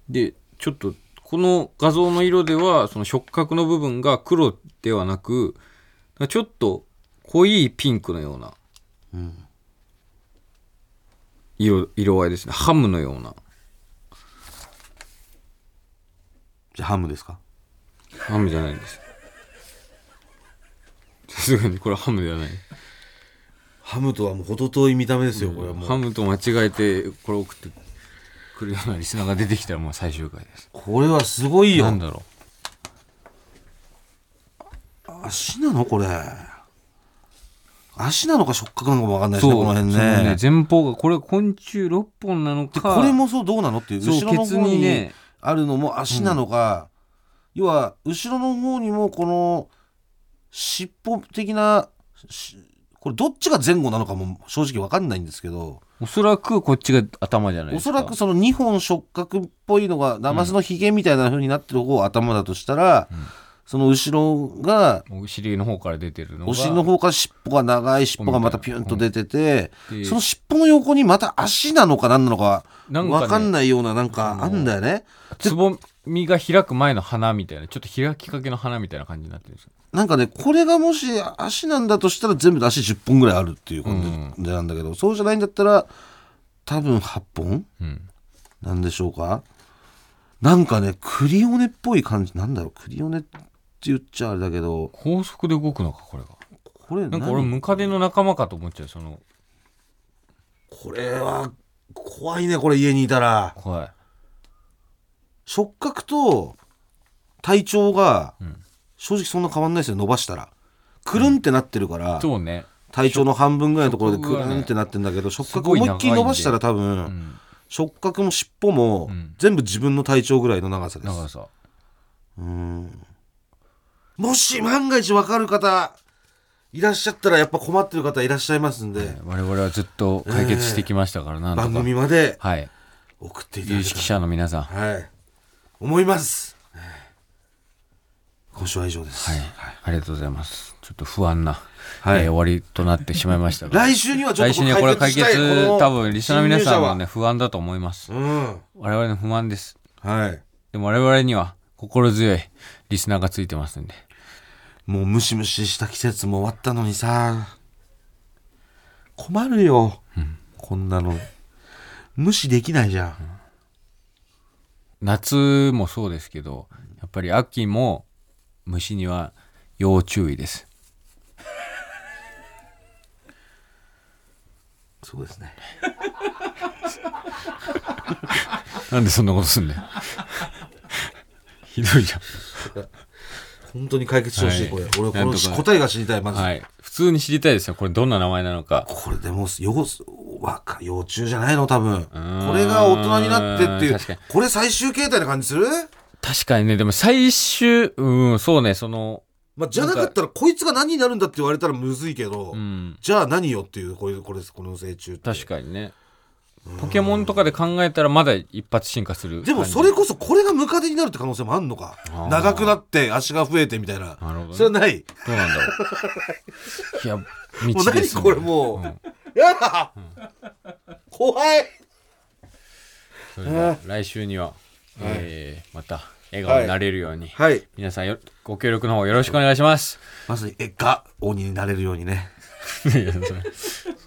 Speaker 2: でちょっとこの画像の色ではその触覚の部分が黒ではなくちょっと濃いピンクのような色色合いですねハムのような
Speaker 3: じゃあハムですか
Speaker 2: ハムじゃないんです。さすがにこれはハムではない。
Speaker 3: ハムとはもう程遠い見た目ですよ、これはもう。
Speaker 2: ハムと間違えてこれ送ってくるようなリスナーが出てきたらもう最終回です。
Speaker 3: これはすごいよ
Speaker 2: なん。だろ
Speaker 3: 足なのこれ。足なのか触覚なのかわかんな
Speaker 2: う。
Speaker 3: いですね、この辺
Speaker 2: その
Speaker 3: ね。
Speaker 2: 前方がこれは昆虫6本なの
Speaker 3: で
Speaker 2: か。
Speaker 3: これもそうどうなのっていう
Speaker 2: そう
Speaker 3: 後ろの
Speaker 2: ケツ
Speaker 3: 方
Speaker 2: に
Speaker 3: に
Speaker 2: ね
Speaker 3: あるのも足なのか、要は後ろの方にもこの尻尾的なしこれどっちが前後なのかも正直わかんないんですけど
Speaker 2: おそらくこっちが頭じゃない
Speaker 3: お
Speaker 2: です
Speaker 3: そ
Speaker 2: か。
Speaker 3: らくその2本触覚っぽいのがナマズのヒゲみたいな風になってる方が頭だとしたら、その後ろが
Speaker 2: お尻の方から出てるのが。
Speaker 3: お尻の方から尻尾が長い尻尾がまたピュンと出てて、
Speaker 2: うんで
Speaker 3: その尻尾の横にまた足なのか何なのか
Speaker 2: なんかね
Speaker 3: 分かんないようななんかあんだよね。
Speaker 2: つぼみが開く前の花みたいなちょっと開きかけの花みたいな感じになってるんですよ
Speaker 3: なんかねこれがもし足なんだとしたら全部で足10本ぐらいあるっていう感じでなんだけど、そうじゃないんだったら多分8本
Speaker 2: うん。
Speaker 3: なんでしょうかなんかねクリオネっぽい感じなんだろうクリオネって言っちゃあれだけど
Speaker 2: 高速で動くのかこれが。
Speaker 3: これ
Speaker 2: なんか
Speaker 3: 何
Speaker 2: 俺ムカデの仲間かと思っちゃうその
Speaker 3: これは怖いねこれ家にいたら
Speaker 2: 怖い。
Speaker 3: 触覚と体長が
Speaker 2: ん
Speaker 3: 正直そんな変わんないですよ伸ばしたらくるんってなってるから、
Speaker 2: そうね。
Speaker 3: 体長の半分ぐらいのところで
Speaker 2: 触
Speaker 3: く
Speaker 2: 覚が
Speaker 3: る
Speaker 2: ね
Speaker 3: んってなってんだけど触
Speaker 2: す
Speaker 3: 覚
Speaker 2: ごい
Speaker 3: 思
Speaker 2: 長い
Speaker 3: い
Speaker 2: ん
Speaker 3: っ
Speaker 2: で
Speaker 3: きり伸ばしたら多
Speaker 2: う
Speaker 3: 分
Speaker 2: ん。
Speaker 3: 触覚も尻尾も
Speaker 2: うん
Speaker 3: 全部自分の体長ぐらいの長さで
Speaker 2: だから
Speaker 3: す
Speaker 2: さ。
Speaker 3: うんもし万が一分かる方いらっしゃったらやっぱ困ってる方いらっしゃいますんで
Speaker 2: 我々はずっと解決してきましたから、なんとか
Speaker 3: 番組まで
Speaker 2: はい
Speaker 3: 送っていただ
Speaker 2: 有
Speaker 3: けた
Speaker 2: 識者の皆さんは
Speaker 3: らはい思います今週は以上です、
Speaker 2: い、ありがとうございますちょっと不安な、
Speaker 3: はい
Speaker 2: えー終わりとなってしまいましたが
Speaker 3: 来週にはちょっと
Speaker 2: 来週にはこれは解決
Speaker 3: したいこの
Speaker 2: 多分リスナーの皆さんは
Speaker 3: 侵
Speaker 2: ね不安だと思います
Speaker 3: 入者は
Speaker 2: 我々の不安です
Speaker 3: うんはい
Speaker 2: でも我々には心強いリスナーがついてますんで
Speaker 3: もうムシムシした季節も終わったのにさ困るよ、こんなの無視できないじゃん、
Speaker 2: 夏もそうですけどやっぱり秋も虫には要注意です
Speaker 3: そうですね
Speaker 2: なんでそんなことすんだよ ひどいじゃん
Speaker 3: 本当に解決してほしい、
Speaker 2: はい
Speaker 3: これ俺
Speaker 2: なん
Speaker 3: ことの
Speaker 2: か
Speaker 3: 答えが知りたいまず、
Speaker 2: はい。普通に知りたいですよ。これどんな名前なのか。
Speaker 3: これでもうよわか幼虫じゃないの多分こ
Speaker 2: ーん
Speaker 3: れが大人になってっていう
Speaker 2: 確かに
Speaker 3: これ最終形態な感じする、
Speaker 2: 確かにね、でも最終、うん、そうね、その、
Speaker 3: まあ、じゃなかったらこいつが何になるんだって言われたらむずいけど、
Speaker 2: うん、
Speaker 3: じゃあ何よっていうこれこれこの成虫って
Speaker 2: 確かにね。ポケモンとかで考えたらまだ一発進化する。
Speaker 3: でもそれ、こそこれがムカデになるって可能性もあんのか
Speaker 2: あー
Speaker 3: 長くなって足が増えてみたいな
Speaker 2: なるほどね
Speaker 3: それはない
Speaker 2: どうなん だろう。いや、
Speaker 3: もう
Speaker 2: 道で
Speaker 3: 何
Speaker 2: すね
Speaker 3: これもう、やだ、怖い
Speaker 2: それでは来週には、えーまた笑顔になれるように、
Speaker 3: はい。
Speaker 2: 皆さんよご協力の方よろしくお願いし ます。
Speaker 3: まず、え、が、鬼になれるようにね。
Speaker 2: いやそれ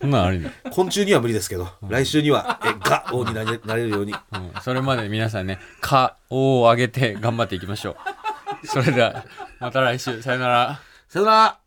Speaker 2: そんなんありな、
Speaker 3: 昆虫には無理ですけど、来週には、え、が、鬼になれなれるように。
Speaker 2: うんそれまで皆さんね顔を上げて頑張っていきましょう。それではまた来週さよなら。
Speaker 3: さよなら